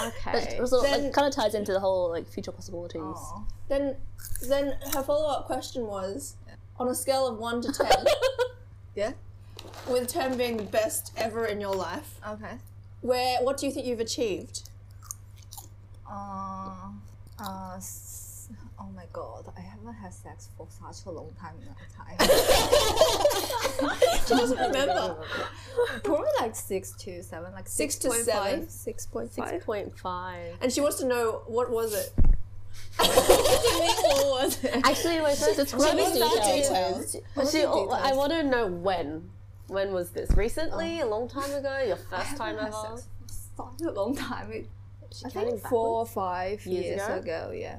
[SPEAKER 1] Okay.
[SPEAKER 4] So
[SPEAKER 3] Then-
[SPEAKER 4] like, kind of ties into the whole like future possibilities.
[SPEAKER 2] Oh.
[SPEAKER 3] Then, then her follow-up question was: On a scale of one to ten,
[SPEAKER 2] Yeah.
[SPEAKER 3] with ten being the best ever in your life,
[SPEAKER 2] Okay.
[SPEAKER 3] where what do you think you've achieved?
[SPEAKER 2] Uh, uh, s- oh my god, I haven't had sex for such a long time now. Time.
[SPEAKER 3] She doesn't
[SPEAKER 4] Oh
[SPEAKER 3] remember.
[SPEAKER 2] Probably like six to seven, like
[SPEAKER 3] Six to seven. Six point five.
[SPEAKER 1] Six point five.
[SPEAKER 3] And she wants to know what was it. what was it?
[SPEAKER 1] Actually, wait. So
[SPEAKER 4] Let me
[SPEAKER 3] What's
[SPEAKER 4] see
[SPEAKER 3] that
[SPEAKER 4] that.
[SPEAKER 3] detail?
[SPEAKER 1] She, I want to know when. When was this? Recently? A long time ago? Your first time ever?
[SPEAKER 2] for such a long time. It,
[SPEAKER 1] She
[SPEAKER 2] I
[SPEAKER 1] counting
[SPEAKER 2] think four or
[SPEAKER 1] backwards?
[SPEAKER 2] five years,
[SPEAKER 1] Years ago?
[SPEAKER 2] ago? yeah.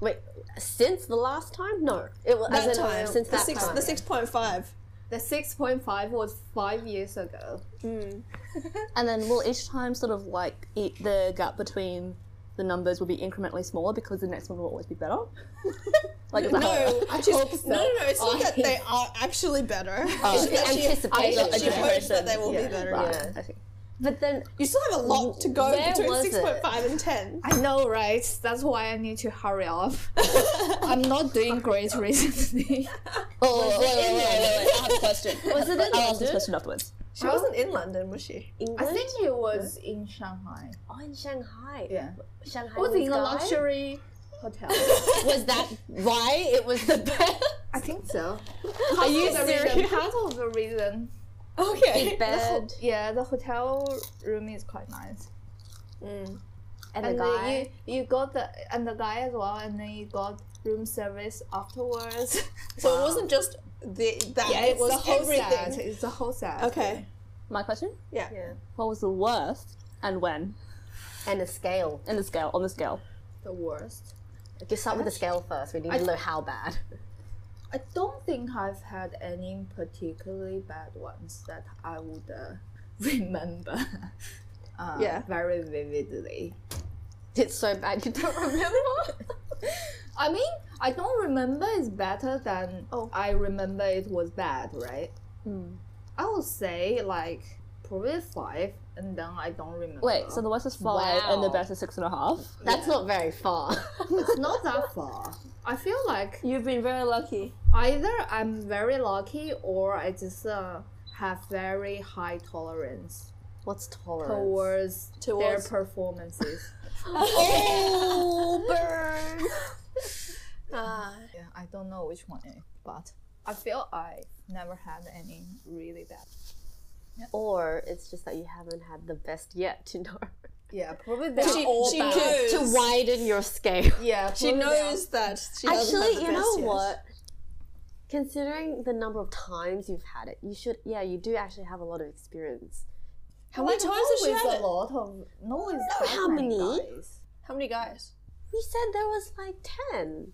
[SPEAKER 1] Wait, since the last time? No, it was
[SPEAKER 3] That
[SPEAKER 1] as in,
[SPEAKER 3] time.
[SPEAKER 1] Since
[SPEAKER 3] the
[SPEAKER 1] that
[SPEAKER 3] six,
[SPEAKER 1] time.
[SPEAKER 3] The six point five.
[SPEAKER 2] The 6.5 was five years ago.
[SPEAKER 4] And then we'll each time sort of like eat the gap between the numbers will be incrementally smaller because the next one will always be better. like it's like
[SPEAKER 3] No, she's-
[SPEAKER 2] hope so.
[SPEAKER 3] no, no, no. It's not
[SPEAKER 2] I-
[SPEAKER 3] that they are actually better.
[SPEAKER 4] Oh.
[SPEAKER 3] it's just that she,
[SPEAKER 1] Anticipation.
[SPEAKER 3] I- she hopes that they will
[SPEAKER 4] yeah,
[SPEAKER 3] be better.
[SPEAKER 4] Right.
[SPEAKER 1] Yeah.
[SPEAKER 4] I see.
[SPEAKER 1] But then
[SPEAKER 3] You still have a lot to go
[SPEAKER 1] Where
[SPEAKER 3] between
[SPEAKER 1] was it?
[SPEAKER 3] six point five and ten.
[SPEAKER 2] I know, right? That's why I need to hurry up. I'm not doing great recently.
[SPEAKER 4] Oh, wait, wait, wait, wait, wait, wait. I have a question.
[SPEAKER 1] was it in
[SPEAKER 4] I'll ask this
[SPEAKER 1] London?
[SPEAKER 4] question afterwards.
[SPEAKER 3] She wasn't in London, was she?
[SPEAKER 2] I
[SPEAKER 1] England?
[SPEAKER 2] think it was in Shanghai.
[SPEAKER 1] Oh, in Shanghai.
[SPEAKER 2] Yeah.
[SPEAKER 1] Shanghai
[SPEAKER 2] was
[SPEAKER 1] with
[SPEAKER 2] in
[SPEAKER 1] guy?
[SPEAKER 2] a luxury hotel.
[SPEAKER 1] Was that why it was the best?
[SPEAKER 2] I think so.
[SPEAKER 1] Are you
[SPEAKER 2] the
[SPEAKER 1] serious?
[SPEAKER 2] reason, part of the reason.
[SPEAKER 3] Okay.
[SPEAKER 2] The ho-
[SPEAKER 1] Bed
[SPEAKER 2] yeah, the hotel room is quite nice.
[SPEAKER 1] and the
[SPEAKER 2] And then
[SPEAKER 1] guy.
[SPEAKER 2] you you got the and the guy as well, and then you got room service afterwards.
[SPEAKER 3] So it wasn't just the that.
[SPEAKER 2] yeah,
[SPEAKER 3] it
[SPEAKER 2] it's
[SPEAKER 3] was
[SPEAKER 2] the whole set.
[SPEAKER 3] everything.
[SPEAKER 2] It's the whole set.
[SPEAKER 3] Okay.
[SPEAKER 4] My question?
[SPEAKER 3] Yeah.
[SPEAKER 1] Yeah.
[SPEAKER 4] What was the worst and when?
[SPEAKER 1] And a scale.
[SPEAKER 4] In the scale, on the scale.
[SPEAKER 2] The worst.
[SPEAKER 1] Okay, start with the scale first. We need to know how bad.
[SPEAKER 2] I don't think I've had any particularly bad ones that I would uh, remember. Uh,
[SPEAKER 3] Yeah.
[SPEAKER 2] very vividly.
[SPEAKER 1] It's so bad you don't remember.
[SPEAKER 2] I mean, I don't remember is better than
[SPEAKER 3] Oh.
[SPEAKER 2] I remember it was bad, right? I would say like probably five and then I don't remember.
[SPEAKER 4] Wait, so the worst is five and the
[SPEAKER 2] Wow.
[SPEAKER 4] best is six and a half.
[SPEAKER 1] That's not very far.
[SPEAKER 2] it's not that far. I feel like
[SPEAKER 4] You've been very lucky.
[SPEAKER 2] either I'm very lucky or I just uh, have very high tolerance
[SPEAKER 1] What's tolerance?
[SPEAKER 2] towards,
[SPEAKER 3] Towards-
[SPEAKER 2] their performances.
[SPEAKER 3] Oh, burn. Ah,
[SPEAKER 2] yeah, I don't know which one, it- but I feel I never had any really bad.
[SPEAKER 1] Or it's just that you haven't had the best yet to know.
[SPEAKER 2] Yeah, probably they're
[SPEAKER 3] she,
[SPEAKER 2] all
[SPEAKER 3] she
[SPEAKER 2] bad.
[SPEAKER 3] knows.
[SPEAKER 1] to widen your scale.
[SPEAKER 2] Yeah,
[SPEAKER 3] she
[SPEAKER 2] probably they are-
[SPEAKER 3] knows that. She doesn't have
[SPEAKER 1] Actually,
[SPEAKER 3] the
[SPEAKER 1] you know
[SPEAKER 3] best years.
[SPEAKER 1] what? Considering the number of times you've had it, you should, yeah, you do actually have a lot of experience.
[SPEAKER 3] How many times has she
[SPEAKER 2] Always
[SPEAKER 3] had
[SPEAKER 2] a
[SPEAKER 3] it?
[SPEAKER 2] lot of no, it's
[SPEAKER 1] know
[SPEAKER 2] that
[SPEAKER 1] how many.
[SPEAKER 2] guys.
[SPEAKER 3] How many guys?
[SPEAKER 1] You said there was like 10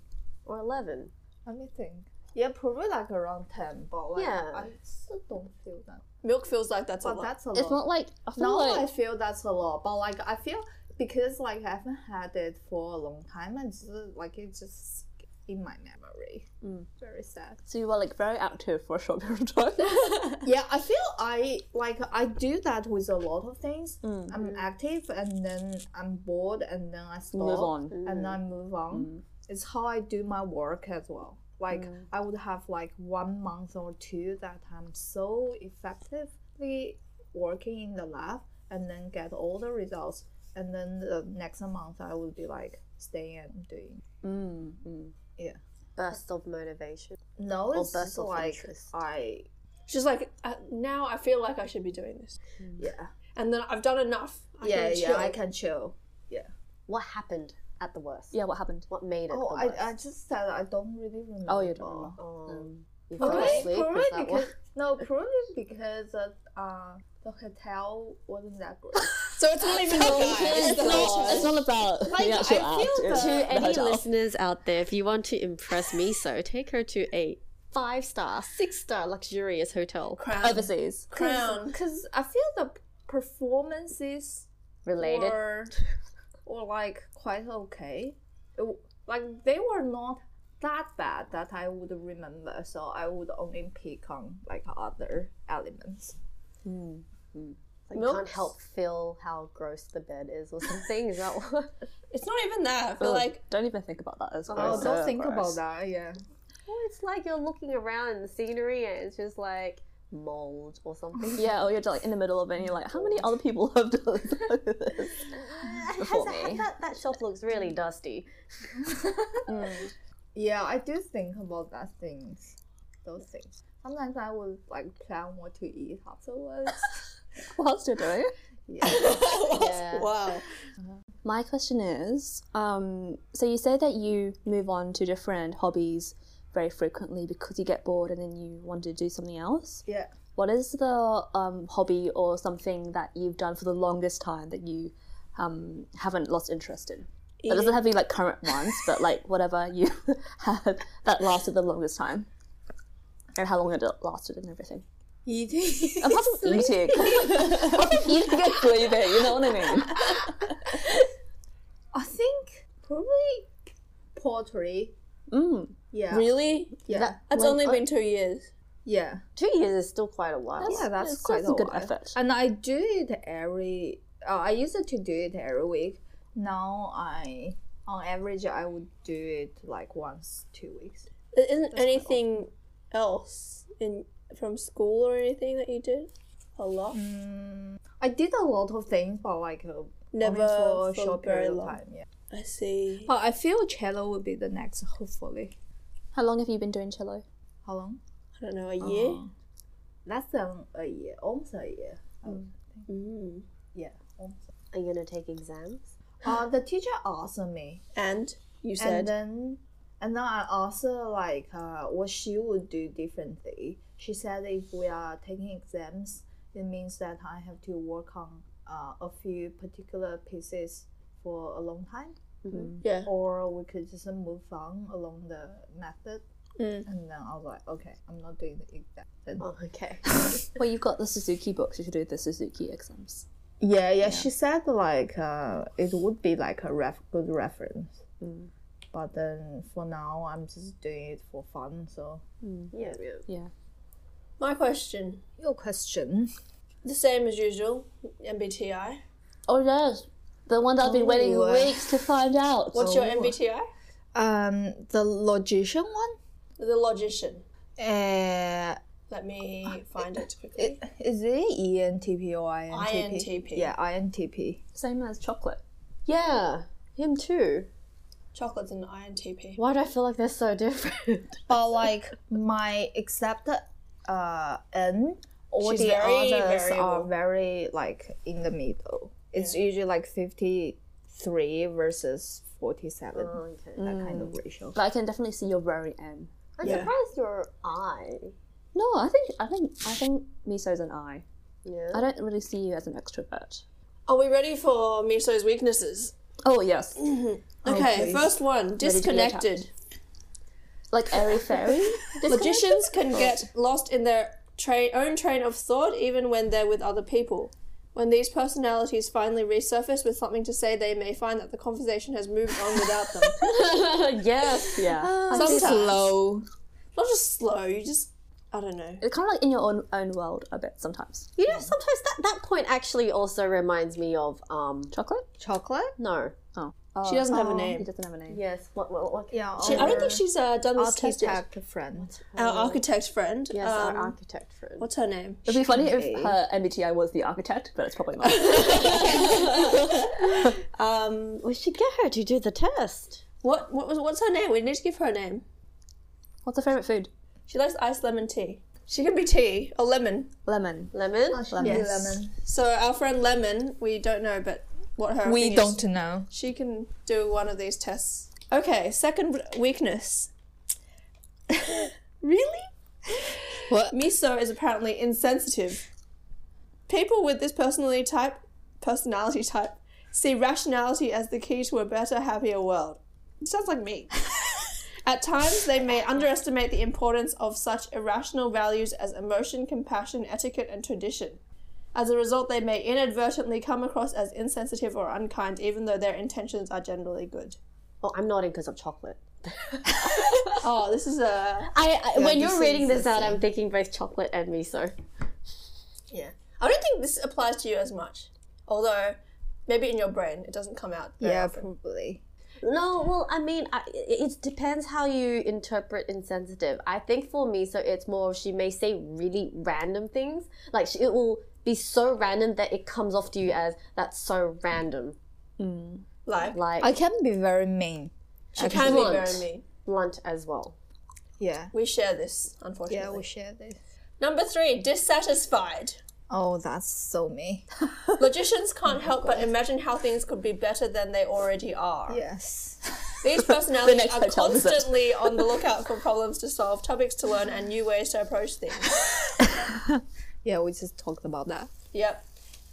[SPEAKER 1] or 11.
[SPEAKER 2] Let me think. Yeah, probably like around ten, but like
[SPEAKER 1] Yeah.
[SPEAKER 2] I still don't feel that.
[SPEAKER 3] Milk feels like that's a
[SPEAKER 2] But
[SPEAKER 3] lot.
[SPEAKER 2] that's a lot.
[SPEAKER 4] It's not like I feel
[SPEAKER 2] now I
[SPEAKER 4] like
[SPEAKER 2] feel that's a lot, but like I feel because like I haven't had it for a long time, and just, like it's just in my memory.
[SPEAKER 4] Mm.
[SPEAKER 2] Very sad.
[SPEAKER 4] so you were like very active for a short period of time.
[SPEAKER 2] Yeah, I feel I like I do that with a lot of things. I'm active, and then I'm bored, and then I stop,
[SPEAKER 4] Mm-hmm. Move on.
[SPEAKER 3] Mm.
[SPEAKER 4] Mm.
[SPEAKER 2] and I move on. It's how I do my work as well. Like I would have like one month or two that I'm so effectively working in the lab, and then get all the results, and then the next month I will be like staying and doing.
[SPEAKER 4] Mm, mm.
[SPEAKER 2] Yeah.
[SPEAKER 1] Bursts of motivation.
[SPEAKER 2] No, it's
[SPEAKER 1] burst
[SPEAKER 2] just
[SPEAKER 1] of
[SPEAKER 2] like
[SPEAKER 1] interest.
[SPEAKER 2] I
[SPEAKER 3] She's like, uh, now I feel like I should be doing this,
[SPEAKER 2] yeah
[SPEAKER 3] and then I've done enough. I
[SPEAKER 2] yeah
[SPEAKER 3] can
[SPEAKER 2] yeah
[SPEAKER 3] chill.
[SPEAKER 2] I can chill.
[SPEAKER 1] What happened at the worst?
[SPEAKER 4] Yeah, what happened?
[SPEAKER 1] What made it
[SPEAKER 2] Oh,
[SPEAKER 1] the worst?
[SPEAKER 2] I, I just said I don't really remember.
[SPEAKER 4] Oh, you don't remember.
[SPEAKER 1] Um, you fell
[SPEAKER 2] Probably,
[SPEAKER 1] asleep?
[SPEAKER 2] probably
[SPEAKER 1] Was that
[SPEAKER 2] because
[SPEAKER 1] why?
[SPEAKER 2] no, probably because uh, uh, the hotel wasn't that great.
[SPEAKER 3] So it's not even the guys.
[SPEAKER 1] It's
[SPEAKER 3] It's the
[SPEAKER 1] not-
[SPEAKER 3] lot.
[SPEAKER 4] It's all about
[SPEAKER 2] Like,
[SPEAKER 4] the actual
[SPEAKER 2] I
[SPEAKER 4] act.
[SPEAKER 2] feel
[SPEAKER 4] It's
[SPEAKER 2] the-
[SPEAKER 1] to
[SPEAKER 4] the
[SPEAKER 1] any
[SPEAKER 4] hotel.
[SPEAKER 1] listeners out there, if you want to impress Miso, take her to a five star, six star luxurious hotel.
[SPEAKER 3] Crown.
[SPEAKER 4] overseas.
[SPEAKER 3] Crown.
[SPEAKER 2] Because I feel the performances
[SPEAKER 1] Related.
[SPEAKER 2] were were like quite okay. It w- like they were not that bad that I would remember. So I would only pick on like other elements.
[SPEAKER 1] Like,
[SPEAKER 3] Milk.
[SPEAKER 1] can't help feel how gross the bed is or something. Is that what?
[SPEAKER 3] It's not even that. But
[SPEAKER 4] Ugh,
[SPEAKER 3] like,
[SPEAKER 4] don't even think about that. It's
[SPEAKER 2] Oh,
[SPEAKER 4] gross.
[SPEAKER 2] don't
[SPEAKER 4] So
[SPEAKER 2] think about
[SPEAKER 4] gross.
[SPEAKER 2] that. Yeah.
[SPEAKER 1] well, it's like you're looking around and the scenery and it's just like mold or something.
[SPEAKER 4] Yeah, or you're like in the middle of it, and you're like, how many other people have done this? Before me.
[SPEAKER 1] that, that shop looks really dusty.
[SPEAKER 2] Yeah, I do think about that things, those things. Sometimes I would like plan what to eat afterwards.
[SPEAKER 4] Whilst you're doing it.
[SPEAKER 1] Yeah.
[SPEAKER 3] wow.
[SPEAKER 4] My question is, um, so you say that you move on to different hobbies very frequently because you get bored and then you want to do something else.
[SPEAKER 2] yeah.
[SPEAKER 4] What is the um, hobby or something that you've done for the longest time that you um, haven't lost interest in? It doesn't have to be like current ones, but like whatever you had that lasted the longest time, and how long it lasted and everything.
[SPEAKER 2] Eating.
[SPEAKER 4] Apart from eating, apart from eating and sleeping, you know what I mean?
[SPEAKER 2] I think probably pottery.
[SPEAKER 4] Mm,
[SPEAKER 2] Yeah.
[SPEAKER 3] Really?
[SPEAKER 2] Yeah.
[SPEAKER 3] That's only been two years.
[SPEAKER 2] yeah.
[SPEAKER 1] Two years is still quite a while.
[SPEAKER 2] yeah, that's
[SPEAKER 4] it's
[SPEAKER 2] quite
[SPEAKER 4] quite a good
[SPEAKER 2] while.
[SPEAKER 4] effort.
[SPEAKER 2] And I do it every. Uh, I used to do it every week. Now I, on average, I would do it like once two weeks.
[SPEAKER 3] There isn't anything else in from school or anything that you did? A lot.
[SPEAKER 2] Mm. I did a lot of things, but like uh,
[SPEAKER 3] Never
[SPEAKER 2] only for a
[SPEAKER 3] for
[SPEAKER 2] short
[SPEAKER 3] very
[SPEAKER 2] period of
[SPEAKER 3] long.
[SPEAKER 2] time. Yeah.
[SPEAKER 3] I see.
[SPEAKER 2] But I feel cello will be the next, hopefully.
[SPEAKER 4] How long have you been doing cello?
[SPEAKER 2] How long?
[SPEAKER 3] I don't know. A year.
[SPEAKER 2] Less than a year, almost a year. I would think.
[SPEAKER 3] Mm.
[SPEAKER 2] Yeah, almost.
[SPEAKER 1] Are you going to take exams?
[SPEAKER 2] Uh, the teacher asked me,
[SPEAKER 3] And you
[SPEAKER 2] and
[SPEAKER 3] said
[SPEAKER 2] then, and then I asked her like uh, what she would do differently. She said if we are taking exams, it means that I have to work on uh, a few particular pieces for a long time, Mm-hmm.
[SPEAKER 3] yeah.
[SPEAKER 2] or we could just move on along the method.
[SPEAKER 3] Mm.
[SPEAKER 2] And then I was like, okay, I'm not doing the exam. Then
[SPEAKER 1] Oh, okay.
[SPEAKER 4] Well, you've got the Suzuki books. You should do the Suzuki exams.
[SPEAKER 2] Yeah, yeah, she said like uh, it would be like a ref- good reference. But then for now, I'm just doing it for fun. So
[SPEAKER 1] yeah.
[SPEAKER 4] Yeah.
[SPEAKER 3] My question.
[SPEAKER 2] your question,
[SPEAKER 3] The same as usual, MBTI.
[SPEAKER 1] Oh yes, the one that I've been waiting
[SPEAKER 2] Oh.
[SPEAKER 1] weeks to find out.
[SPEAKER 3] What's your MBTI?
[SPEAKER 2] Um, the logician one.
[SPEAKER 3] The logician.
[SPEAKER 2] Uh,
[SPEAKER 3] Let me find it quickly.
[SPEAKER 2] it, is it E ENTP or INTP?
[SPEAKER 3] INTP.
[SPEAKER 2] Yeah, INTP.
[SPEAKER 4] Same as chocolate.
[SPEAKER 1] Yeah, him too.
[SPEAKER 3] Chocolate's an INTP.
[SPEAKER 1] Why do I feel like they're so different?
[SPEAKER 2] But like my except uh N, all
[SPEAKER 3] She's
[SPEAKER 2] the
[SPEAKER 3] very
[SPEAKER 2] others
[SPEAKER 3] variable.
[SPEAKER 2] are very like in the middle. It's usually like fifty three versus forty seven. That kind of ratio.
[SPEAKER 4] Oh, Mm. But I can definitely see your very end.
[SPEAKER 1] I'm
[SPEAKER 3] Yeah.
[SPEAKER 1] surprised your eye.
[SPEAKER 4] No, I think I think I think miso's an I.
[SPEAKER 1] Yeah.
[SPEAKER 4] I don't really see you as an extrovert.
[SPEAKER 3] Are we ready for Miso's weaknesses?
[SPEAKER 4] Oh yes,
[SPEAKER 1] Mm.
[SPEAKER 3] Okay,
[SPEAKER 2] Oh, please.
[SPEAKER 3] first one disconnected.
[SPEAKER 4] like airy fairy.
[SPEAKER 3] Logicians can get lost in their train, own train of thought even when they're with other people. When these personalities finally resurface with something to say, they may find that the conversation has moved on without them.
[SPEAKER 1] yes.
[SPEAKER 4] yeah,
[SPEAKER 3] Sometimes.
[SPEAKER 2] slow.
[SPEAKER 3] Not just slow, you just, I don't know.
[SPEAKER 4] it's kind of like in your own own world a bit sometimes.
[SPEAKER 1] You know, sometimes that, that point actually also reminds me of um
[SPEAKER 4] Chocolate.
[SPEAKER 2] Chocolate?
[SPEAKER 1] no.
[SPEAKER 3] She doesn't have a
[SPEAKER 4] He
[SPEAKER 3] name.
[SPEAKER 4] doesn't have a name.
[SPEAKER 1] Yes. What? What? what
[SPEAKER 2] Yeah.
[SPEAKER 3] She- I don't
[SPEAKER 2] our
[SPEAKER 3] think she's uh, done this test yet.
[SPEAKER 2] architect friend.
[SPEAKER 3] Our architect friend.
[SPEAKER 1] yes,
[SPEAKER 3] um,
[SPEAKER 1] our architect friend.
[SPEAKER 3] what's her name?
[SPEAKER 4] It'd be funny
[SPEAKER 2] be.
[SPEAKER 4] if her MBTI was the architect, but it's probably not.
[SPEAKER 3] Um,
[SPEAKER 1] We should get her to do the test.
[SPEAKER 3] what, what was, what's her name? We need to give her a name.
[SPEAKER 4] What's her favorite food?
[SPEAKER 3] She likes iced lemon tea. She can be tea or lemon.
[SPEAKER 4] Lemon.
[SPEAKER 1] Lemon.
[SPEAKER 4] Lemon.
[SPEAKER 2] Lemon.
[SPEAKER 3] So our friend Lemon, we don't know, but what her
[SPEAKER 2] We
[SPEAKER 3] opinion-
[SPEAKER 2] don't know.
[SPEAKER 3] She can do one of these tests. Okay, second weakness. really?
[SPEAKER 2] What?
[SPEAKER 3] Miso is apparently insensitive. People with this personality type, personality type, see rationality as the key to a better, happier world. It sounds like me. At times, they may underestimate the importance of such irrational values as emotion, compassion, etiquette, and tradition. As a result, they may inadvertently come across as insensitive or unkind, even though their intentions are generally good.
[SPEAKER 1] Oh, I'm nodding because of chocolate.
[SPEAKER 3] Oh, this is a.
[SPEAKER 1] I, I when
[SPEAKER 2] this
[SPEAKER 1] you're reading
[SPEAKER 2] is
[SPEAKER 1] this out, I'm thinking both chocolate and miso.
[SPEAKER 3] Yeah. I don't think this applies to you as much. Although, maybe in your brain, it doesn't come out. very
[SPEAKER 2] Yeah,
[SPEAKER 3] often.
[SPEAKER 2] probably.
[SPEAKER 1] No, well, I mean, I, it it depends how you interpret insensitive. I think for me, so it's more of she may say really random things. Like, she, it will be so random that it comes off to you as that's so random.
[SPEAKER 3] Like,
[SPEAKER 1] Like,
[SPEAKER 2] I can be very mean.
[SPEAKER 3] she can be
[SPEAKER 1] Blunt.
[SPEAKER 3] very mean.
[SPEAKER 1] blunt as well.
[SPEAKER 2] Yeah.
[SPEAKER 3] We share this, unfortunately.
[SPEAKER 2] Yeah, we share this.
[SPEAKER 3] Number three, dissatisfied.
[SPEAKER 2] Oh, that's so me.
[SPEAKER 3] Logicians can't help but imagine how things could be better than they already are.
[SPEAKER 2] Yes.
[SPEAKER 3] These personalities
[SPEAKER 4] next
[SPEAKER 3] are
[SPEAKER 4] hotel visit.
[SPEAKER 3] constantly on the lookout for problems to solve, topics to learn, and new ways to approach things.
[SPEAKER 2] Yeah, we just talked about that.
[SPEAKER 3] Yep.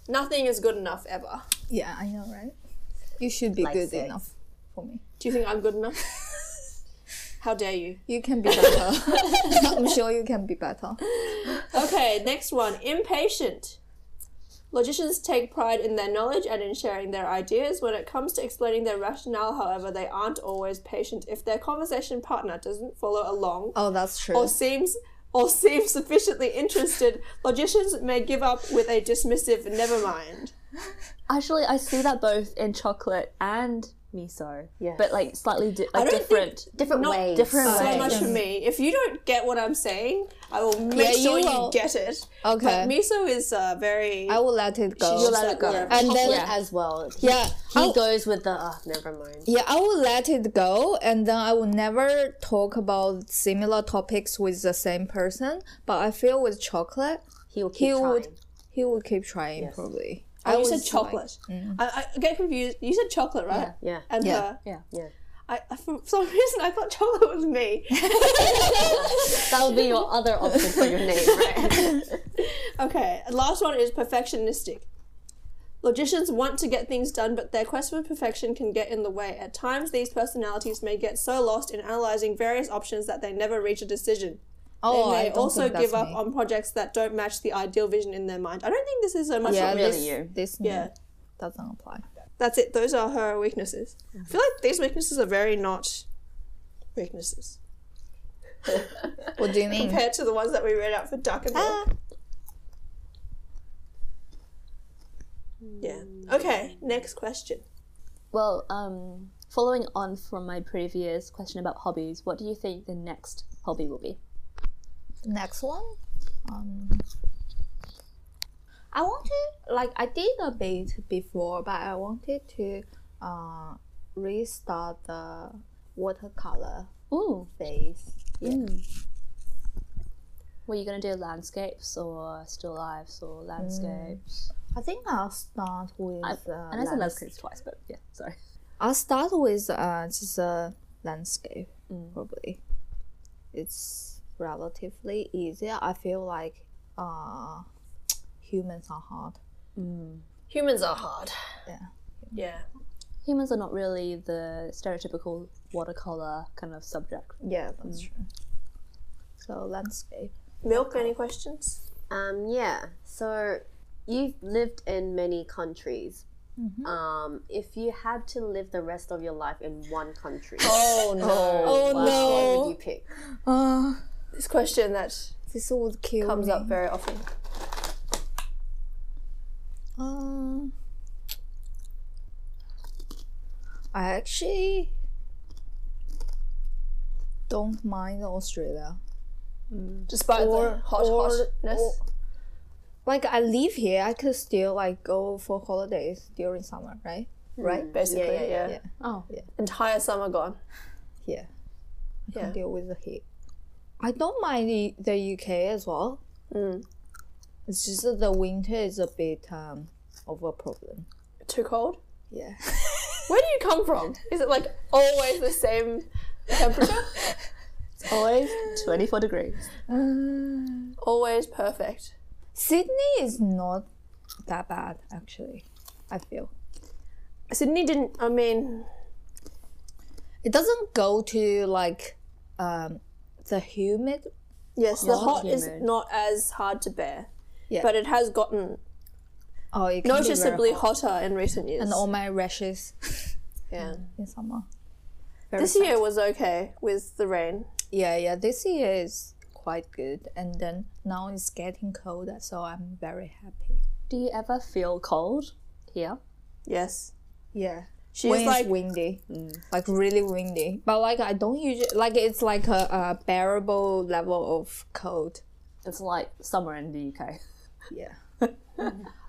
[SPEAKER 3] Nothing is good enough ever.
[SPEAKER 2] Yeah, I know, right? You should be good
[SPEAKER 1] sex.
[SPEAKER 2] enough for me.
[SPEAKER 3] Do you think I'm good enough? How dare you?
[SPEAKER 2] You can be better. I'm sure you can be better.
[SPEAKER 3] Okay, next one. Impatient. Logicians take pride in their knowledge and in sharing their ideas. When it comes to explaining their rationale, however, they aren't always patient. If their conversation partner doesn't follow along
[SPEAKER 2] Oh, that's true.
[SPEAKER 3] or seems or seems sufficiently interested, logicians may give up with a dismissive never mind.
[SPEAKER 4] Actually, I see that both in chocolate and miso.
[SPEAKER 1] Yes.
[SPEAKER 4] But like slightly di- like
[SPEAKER 3] don't
[SPEAKER 4] different.
[SPEAKER 1] Different
[SPEAKER 3] Not
[SPEAKER 1] ways.
[SPEAKER 4] different
[SPEAKER 1] But-
[SPEAKER 3] So
[SPEAKER 2] Right.
[SPEAKER 3] much for me. If you don't get what I'm saying, I will make
[SPEAKER 2] Yeah, you
[SPEAKER 3] sure you,
[SPEAKER 2] will.
[SPEAKER 3] get it.
[SPEAKER 2] okay.
[SPEAKER 3] But Miso is uh, very.
[SPEAKER 2] I will let it go.
[SPEAKER 3] She's just like,
[SPEAKER 1] go.
[SPEAKER 3] whatever.
[SPEAKER 2] And then-
[SPEAKER 1] Chocolate as well. He,
[SPEAKER 2] yeah,
[SPEAKER 1] he
[SPEAKER 2] I'll-
[SPEAKER 1] goes with the, oh, never mind.
[SPEAKER 2] yeah, I will let it go, and then I will never talk about similar topics with the same person. But I feel with chocolate,
[SPEAKER 1] He will keep
[SPEAKER 2] he
[SPEAKER 1] trying.
[SPEAKER 2] would he would keep trying probably.
[SPEAKER 3] Oh, you
[SPEAKER 2] was
[SPEAKER 3] said
[SPEAKER 2] like-
[SPEAKER 3] chocolate. I, I get confused. You said chocolate, right?
[SPEAKER 1] Yeah.
[SPEAKER 3] And
[SPEAKER 2] Mm. Yeah.
[SPEAKER 3] her.
[SPEAKER 4] Yeah.
[SPEAKER 1] Yeah.
[SPEAKER 3] I, I- for some reason, I thought chocolate was me.
[SPEAKER 1] That would be your other option for your name, right?
[SPEAKER 3] Okay, and last one is perfectionistic. Logicians want to get things done, but their quest for perfection can get in the way. At times, these personalities may get so lost in analyzing various options that they never reach a decision.
[SPEAKER 2] Oh,
[SPEAKER 3] they
[SPEAKER 2] I
[SPEAKER 3] may
[SPEAKER 2] don't
[SPEAKER 3] also
[SPEAKER 2] think that's
[SPEAKER 3] give up
[SPEAKER 2] me.
[SPEAKER 3] on projects that don't match the ideal vision in their mind. I don't think this is so much.
[SPEAKER 2] yeah,
[SPEAKER 3] of-
[SPEAKER 2] this,
[SPEAKER 4] you.
[SPEAKER 2] This
[SPEAKER 3] Yeah.
[SPEAKER 2] no, doesn't apply.
[SPEAKER 3] that's it. Those are her weaknesses. I feel like these weaknesses are very not weaknesses
[SPEAKER 2] What do you mean? Ah.
[SPEAKER 3] compared to the ones that we read out for Duck and Milk. Yeah. Okay, next question.
[SPEAKER 4] Well, um, following on from my previous question about hobbies, what do you think the next hobby will be?
[SPEAKER 2] Next one. Um, I want to like I did a bit before, but I wanted to uh, restart the watercolor
[SPEAKER 4] Ooh,
[SPEAKER 2] phase. Yeah.
[SPEAKER 4] were you gonna do landscapes or still lives or
[SPEAKER 3] Mm.
[SPEAKER 4] landscapes?
[SPEAKER 2] I think I'll start with.
[SPEAKER 4] I,
[SPEAKER 2] uh,
[SPEAKER 4] and I said
[SPEAKER 2] lands-
[SPEAKER 4] landscapes twice, but yeah, sorry.
[SPEAKER 2] I'll start with uh, just a landscape,
[SPEAKER 4] Mm.
[SPEAKER 2] probably. It's relatively easier. I feel like uh, humans are hard.
[SPEAKER 3] Humans are hard.
[SPEAKER 2] Yeah.
[SPEAKER 3] Yeah.
[SPEAKER 4] Humans are not really the stereotypical watercolor kind of subject.
[SPEAKER 2] Yeah, that's
[SPEAKER 4] mm.
[SPEAKER 2] true. So landscape.
[SPEAKER 3] Milk, any questions?
[SPEAKER 1] Um, yeah. So you've lived in many countries.
[SPEAKER 4] Mm-hmm.
[SPEAKER 1] Um, if you had to live the rest of your life in one country,
[SPEAKER 3] Oh no.
[SPEAKER 2] Oh
[SPEAKER 1] what would you pick?
[SPEAKER 2] Uh,
[SPEAKER 3] This question that
[SPEAKER 2] this would kill
[SPEAKER 3] comes
[SPEAKER 2] me.
[SPEAKER 3] up very often.
[SPEAKER 2] Um, I actually don't mind Australia.
[SPEAKER 3] Despite the
[SPEAKER 2] Or-
[SPEAKER 3] hot
[SPEAKER 2] or-
[SPEAKER 3] hotness.
[SPEAKER 2] or- Like I live here, I could still like go for holidays during summer, right?
[SPEAKER 3] right? Basically, yeah,
[SPEAKER 1] yeah, yeah,
[SPEAKER 2] Mm. yeah.
[SPEAKER 4] Oh,
[SPEAKER 3] Entire summer gone.
[SPEAKER 2] Yeah, I can
[SPEAKER 3] Yeah.
[SPEAKER 2] deal with the heat. I don't mind the, the UK as well.
[SPEAKER 3] Mm.
[SPEAKER 2] It's just that the winter is a bit um, of a problem.
[SPEAKER 3] Too cold?
[SPEAKER 2] Yeah.
[SPEAKER 3] Where do you come from? Is it like always the same temperature?
[SPEAKER 4] always 24 degrees.
[SPEAKER 2] Uh.
[SPEAKER 3] always perfect.
[SPEAKER 2] Sydney is not that bad actually. I feel
[SPEAKER 3] Sydney didn't, I mean,
[SPEAKER 2] it doesn't go to like um, the humid.
[SPEAKER 3] yes, the hot is
[SPEAKER 4] humid.
[SPEAKER 3] not as hard to bear.
[SPEAKER 2] Yeah.
[SPEAKER 3] But it has gotten
[SPEAKER 2] Oh, it can be very
[SPEAKER 3] noticeably
[SPEAKER 2] hot.
[SPEAKER 3] hotter in recent years.
[SPEAKER 2] and all my rashes
[SPEAKER 3] yeah.
[SPEAKER 2] in summer.
[SPEAKER 3] This year was okay with the rain.
[SPEAKER 2] Yeah, yeah. This year is quite good, and then now it's getting colder, so I'm very happy.
[SPEAKER 4] Do you ever feel cold here?
[SPEAKER 3] Yes.
[SPEAKER 2] Yeah.
[SPEAKER 3] She's
[SPEAKER 2] when
[SPEAKER 3] like,
[SPEAKER 2] it's windy, Mm. like really windy, but like I don't usually like it's like a, a bearable level of cold.
[SPEAKER 4] It's like summer in the UK.
[SPEAKER 2] Yeah.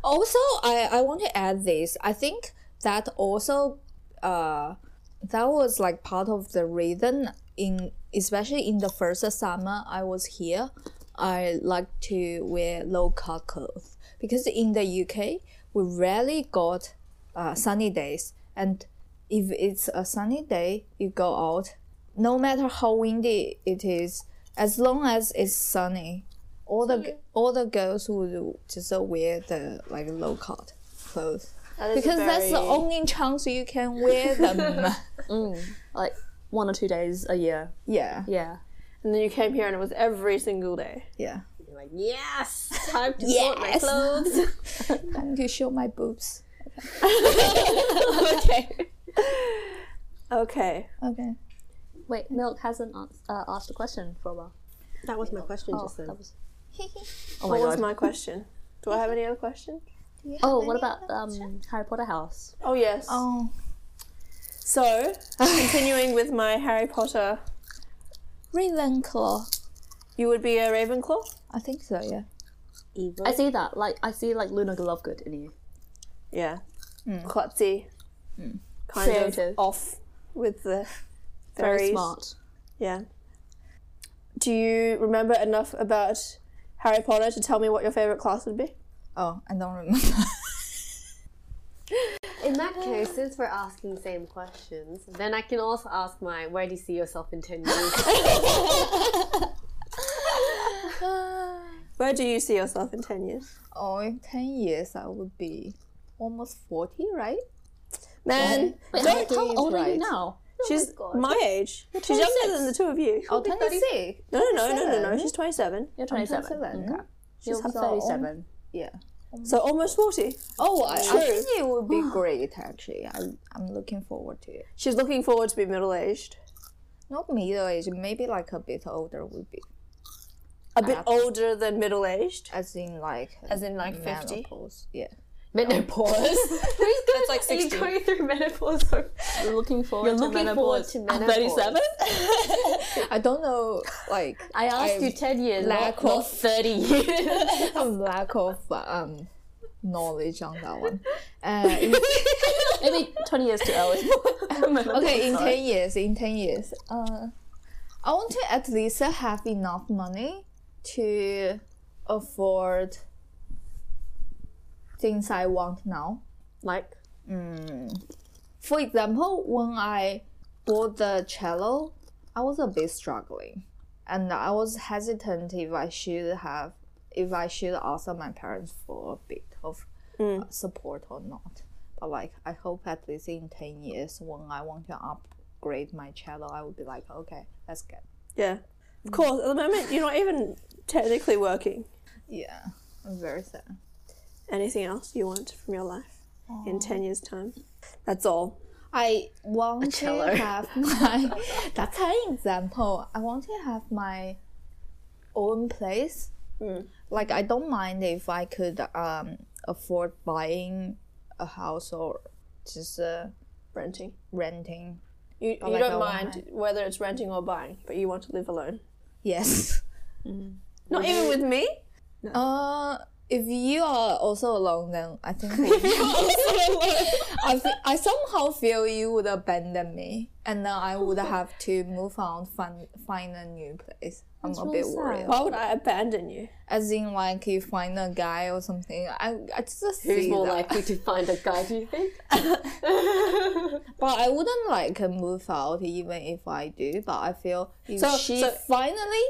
[SPEAKER 2] also, I, I want to add this. I think that also uh, that was like part of the reason in especially in the first summer I was here, I like to wear low cut clothes because in the UK we rarely got uh, sunny days, and if it's a sunny day, you go out, no matter how windy it is, as long as it's sunny, all the all the girls would just wear the like low cut clothes
[SPEAKER 3] that is a
[SPEAKER 2] because that's the
[SPEAKER 3] very-
[SPEAKER 2] only chance you can wear them.
[SPEAKER 4] Like one or two days a year.
[SPEAKER 2] yeah,
[SPEAKER 4] Yeah.
[SPEAKER 3] And then you came here and it was every single day.
[SPEAKER 2] yeah.
[SPEAKER 1] You're like, yes, time to sort my
[SPEAKER 2] Yes.
[SPEAKER 1] clothes.
[SPEAKER 2] Time to show my boobs.
[SPEAKER 4] okay.
[SPEAKER 3] Okay.
[SPEAKER 2] Okay.
[SPEAKER 4] Wait, Milk hasn't ans- uh, asked a question for a while.
[SPEAKER 1] That was my question
[SPEAKER 4] Oh,
[SPEAKER 1] just then.
[SPEAKER 4] that was-
[SPEAKER 3] Oh what was my question? Do I have any other question?
[SPEAKER 4] oh what about um, Harry Potter house?
[SPEAKER 3] Oh, yes.
[SPEAKER 2] oh,
[SPEAKER 3] So, continuing with my Harry Potter,
[SPEAKER 2] Ravenclaw.
[SPEAKER 3] you would be a Ravenclaw?
[SPEAKER 2] I think so. Yeah.
[SPEAKER 1] Evil.
[SPEAKER 4] I see that. Like I see like Luna Lovegood in you.
[SPEAKER 3] Yeah. Klutzy. Kind
[SPEAKER 4] Mm. Creative.
[SPEAKER 3] of off with the
[SPEAKER 4] Very
[SPEAKER 3] fairies.
[SPEAKER 4] smart.
[SPEAKER 3] Yeah. Do you remember enough about Harry Potter to tell me what your favorite class would be?
[SPEAKER 2] Oh, I don't remember.
[SPEAKER 1] In that case, since we're asking the same questions, then I can also ask my where do you see yourself in 10 years?
[SPEAKER 3] Where do you see yourself in 10 years?
[SPEAKER 2] oh, in ten years I would be almost forty, right?
[SPEAKER 3] Man,
[SPEAKER 4] Wait,
[SPEAKER 2] Don't-
[SPEAKER 4] how, how
[SPEAKER 2] he's
[SPEAKER 4] old are you Oh
[SPEAKER 2] right.
[SPEAKER 4] now?
[SPEAKER 3] she's
[SPEAKER 1] God.
[SPEAKER 3] my age. She's younger than the two of you.
[SPEAKER 2] Oh, 26.
[SPEAKER 3] No, no, no, no, no, no.
[SPEAKER 2] 27.
[SPEAKER 3] She's 27.
[SPEAKER 4] You're 27.
[SPEAKER 2] 27.
[SPEAKER 4] Okay. She's
[SPEAKER 2] She's our
[SPEAKER 4] 37.
[SPEAKER 2] Yeah.
[SPEAKER 3] So almost 40.
[SPEAKER 2] Oh, I, I think it would be great actually. I, I'm looking forward to it.
[SPEAKER 3] She's looking forward to be middle aged.
[SPEAKER 2] Not middle age, maybe like a bit older would be.
[SPEAKER 3] A bit older than middle aged.
[SPEAKER 2] As in like
[SPEAKER 3] As in, like, 50?
[SPEAKER 2] menopause. Yeah.
[SPEAKER 1] menopause. Who's good
[SPEAKER 3] That's like
[SPEAKER 1] at
[SPEAKER 3] 60.
[SPEAKER 1] going through menopause? Or
[SPEAKER 4] Looking forward
[SPEAKER 1] You're looking forward to menopause.
[SPEAKER 4] Thirty-seven.
[SPEAKER 2] I don't know, like
[SPEAKER 1] I asked
[SPEAKER 2] I'm
[SPEAKER 1] you ten years, not,
[SPEAKER 2] lack
[SPEAKER 1] not
[SPEAKER 2] of-
[SPEAKER 1] thirty years.
[SPEAKER 2] some lack of um knowledge on that one. Uh, in-
[SPEAKER 4] Maybe twenty years too early.
[SPEAKER 2] okay, in ten years, in ten years, uh, I want to at least have enough money to afford things I want now. Mm.
[SPEAKER 1] like
[SPEAKER 2] For example, when I bought the cello, I was a bit struggling, and I was hesitant if I should have, if I should ask my parents for a bit of uh, support or not. But like, I hope at least in ten years, when I want to upgrade my cello, I will be like, okay, let's get.
[SPEAKER 3] Yeah.
[SPEAKER 4] Mm.
[SPEAKER 3] Of course, at the moment, you're not even technically working.
[SPEAKER 2] Yeah, I'm very sad.
[SPEAKER 3] Anything else you want from your life
[SPEAKER 2] Um,
[SPEAKER 3] in 10 years' time? That's all.
[SPEAKER 2] I want
[SPEAKER 1] cello.
[SPEAKER 2] to have my. That's an example. I want to have my own place. Like I don't mind if I could um afford buying a house or just uh,
[SPEAKER 3] Renting.
[SPEAKER 2] renting.
[SPEAKER 3] You, you
[SPEAKER 2] like
[SPEAKER 3] don't
[SPEAKER 2] I want
[SPEAKER 3] mind whether it's renting or buying, but you want to live alone.
[SPEAKER 2] Yes.
[SPEAKER 3] Mm. Not even with me?
[SPEAKER 2] Uh, if you are also alone, then I think I, fe- I somehow feel you would abandon me, and then I
[SPEAKER 3] Oh.
[SPEAKER 2] would have to move on, find find a new place. I'm a
[SPEAKER 1] really
[SPEAKER 2] bit worried.
[SPEAKER 3] Why would I abandon you?
[SPEAKER 2] As in, like you find a guy or something. I I just
[SPEAKER 1] who's
[SPEAKER 2] see
[SPEAKER 1] more
[SPEAKER 2] that.
[SPEAKER 1] likely to find a guy? Do you think?
[SPEAKER 2] But I wouldn't like move out even if I do. But I feel if
[SPEAKER 3] So-
[SPEAKER 2] she
[SPEAKER 3] so-
[SPEAKER 2] finally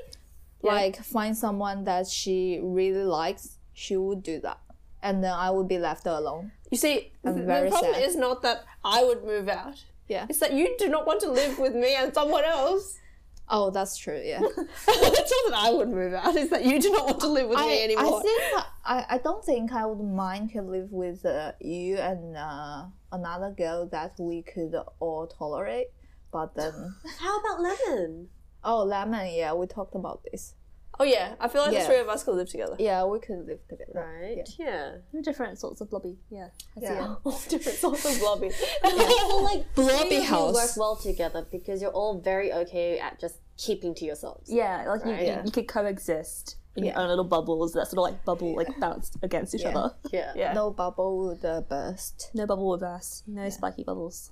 [SPEAKER 2] like find someone that she really likes, she would do that, and then I would be left alone.
[SPEAKER 3] You see, th- the
[SPEAKER 2] very
[SPEAKER 3] problem
[SPEAKER 2] sad.
[SPEAKER 3] is not that I would move out.
[SPEAKER 2] Yeah.
[SPEAKER 3] It's that you do not want to live with me and someone else.
[SPEAKER 2] Oh, that's true. Yeah.
[SPEAKER 3] it's not that I would move out. It's that you do not want to live with me
[SPEAKER 2] I,
[SPEAKER 3] anymore.
[SPEAKER 2] I think I, I don't think I would mind to live with uh, you and uh, another girl that we could all tolerate. But then,
[SPEAKER 1] How about lemon?
[SPEAKER 2] oh, lemon. Yeah, we talked about this.
[SPEAKER 3] oh yeah, I feel like the
[SPEAKER 2] Yeah.
[SPEAKER 3] three of us could live together.
[SPEAKER 2] Yeah, we could live together.
[SPEAKER 1] Right. Yeah.
[SPEAKER 4] different sorts of lobby. Yeah. I see
[SPEAKER 2] Yeah.
[SPEAKER 4] it.
[SPEAKER 3] All different sorts of lobby.
[SPEAKER 1] Well, like
[SPEAKER 2] Blobby
[SPEAKER 1] three of you
[SPEAKER 2] house.
[SPEAKER 1] work well together because you're all very okay at just keeping to yourselves.
[SPEAKER 4] Yeah, like you,
[SPEAKER 2] Yeah.
[SPEAKER 4] you could coexist in your own little bubbles that sort of like bubble like bounced against each
[SPEAKER 2] Yeah.
[SPEAKER 4] other.
[SPEAKER 1] Yeah.
[SPEAKER 3] Yeah.
[SPEAKER 2] No bubble would uh, burst.
[SPEAKER 4] No bubble with us. No spiky bubbles.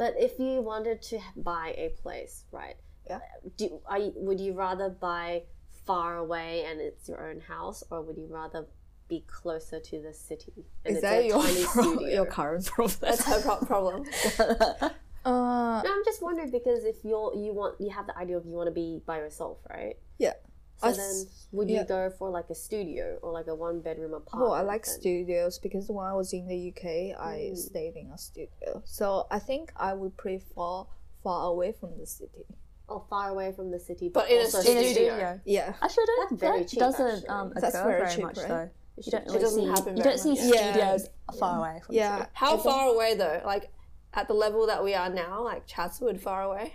[SPEAKER 1] But if you wanted to h- buy a place, right?
[SPEAKER 2] Yeah.
[SPEAKER 1] Do are you, would you rather buy far away and it's your own house, or would you rather be closer to the city? And
[SPEAKER 2] Is
[SPEAKER 1] it's
[SPEAKER 2] that
[SPEAKER 1] a
[SPEAKER 2] your
[SPEAKER 1] tiny
[SPEAKER 2] pro-
[SPEAKER 1] studio?
[SPEAKER 2] your current problem?
[SPEAKER 3] That's her pro- problem.
[SPEAKER 2] Uh,
[SPEAKER 1] No, I'm just wondering because if you're you want you have the idea of you want to be by yourself, right?
[SPEAKER 2] yeah.
[SPEAKER 1] So
[SPEAKER 2] I s-
[SPEAKER 1] then, would
[SPEAKER 2] yeah.
[SPEAKER 1] you go for like a studio or like a one bedroom apartment?
[SPEAKER 2] Oh, I like
[SPEAKER 1] then?
[SPEAKER 2] studios because when I was in the UK, I stayed in a studio. So I think I would prefer far away from the city.
[SPEAKER 1] Oh, far away from the city,
[SPEAKER 3] But in a
[SPEAKER 1] also
[SPEAKER 3] studio.
[SPEAKER 2] Yeah.
[SPEAKER 4] Actually, I don't,
[SPEAKER 1] That's very
[SPEAKER 4] that
[SPEAKER 1] cheap,
[SPEAKER 4] doesn't
[SPEAKER 1] actually.
[SPEAKER 4] um,
[SPEAKER 2] That's
[SPEAKER 4] occur
[SPEAKER 2] very
[SPEAKER 4] very,
[SPEAKER 2] cheap,
[SPEAKER 4] much
[SPEAKER 2] right?
[SPEAKER 4] though. You don't
[SPEAKER 3] It
[SPEAKER 4] really
[SPEAKER 3] doesn't
[SPEAKER 4] see,
[SPEAKER 3] happen
[SPEAKER 4] you
[SPEAKER 3] very
[SPEAKER 4] don't see
[SPEAKER 3] much.
[SPEAKER 2] Yeah.
[SPEAKER 4] studios far away from the
[SPEAKER 2] Yeah.
[SPEAKER 4] city.
[SPEAKER 3] How far away though? Like at the level that we are now, like Chatswood, far away.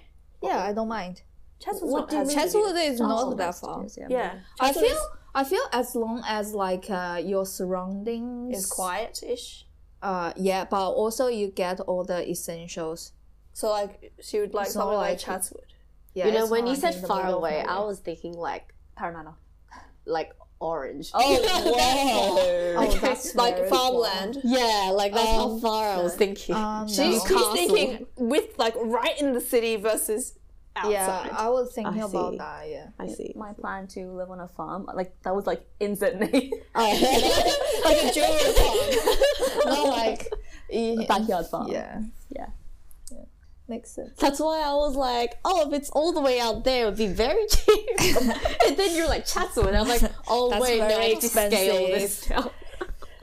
[SPEAKER 2] Yeah, I don't mind.
[SPEAKER 3] Chatswood's
[SPEAKER 1] What
[SPEAKER 3] not
[SPEAKER 1] do you
[SPEAKER 3] as-
[SPEAKER 1] mean?
[SPEAKER 2] Chatswood is
[SPEAKER 4] Oh,
[SPEAKER 2] not that
[SPEAKER 4] that's
[SPEAKER 2] far.
[SPEAKER 4] studios,
[SPEAKER 3] Yeah,
[SPEAKER 2] I
[SPEAKER 3] Chatswood
[SPEAKER 2] feel I feel as long as like uh, your surroundings
[SPEAKER 3] is, is quiet-ish.
[SPEAKER 2] Uh, yeah, but also you get all the essentials.
[SPEAKER 3] So like she would like
[SPEAKER 2] It's not
[SPEAKER 3] somewhere like
[SPEAKER 2] like-
[SPEAKER 3] Chatswood.
[SPEAKER 2] Yeah,
[SPEAKER 1] You know,
[SPEAKER 2] it's
[SPEAKER 1] when
[SPEAKER 2] not
[SPEAKER 1] you
[SPEAKER 2] like
[SPEAKER 1] said
[SPEAKER 2] in the
[SPEAKER 1] far
[SPEAKER 2] middle of
[SPEAKER 1] away, I
[SPEAKER 2] nowhere.
[SPEAKER 1] was thinking like
[SPEAKER 4] Parramatta.
[SPEAKER 1] like orange.
[SPEAKER 4] Oh, wow.
[SPEAKER 2] oh, that's
[SPEAKER 3] Like
[SPEAKER 2] very
[SPEAKER 3] farmland.
[SPEAKER 1] yeah, like that's how far I was thinking.
[SPEAKER 2] far. Um,
[SPEAKER 3] She's,
[SPEAKER 2] no.
[SPEAKER 3] she's
[SPEAKER 1] Castle.
[SPEAKER 3] thinking with like right in the city versus outside.
[SPEAKER 2] Yeah, I was thinking
[SPEAKER 4] I
[SPEAKER 2] about
[SPEAKER 4] see.
[SPEAKER 2] that. Yeah.
[SPEAKER 3] I see.
[SPEAKER 4] My plan to live on a farm, like that was like in Sydney,
[SPEAKER 2] like a jewelry farm, not like yeah,
[SPEAKER 4] backyard farm.
[SPEAKER 2] yeah,
[SPEAKER 4] Yeah.
[SPEAKER 2] makes sense.
[SPEAKER 1] That's why I was like, oh, if it's all the way out there, it would be very cheap. and then you're like Chatswood. I'm like, oh
[SPEAKER 2] That's
[SPEAKER 1] wait, no,
[SPEAKER 2] very
[SPEAKER 1] I need to scale
[SPEAKER 2] expensive.
[SPEAKER 1] this down.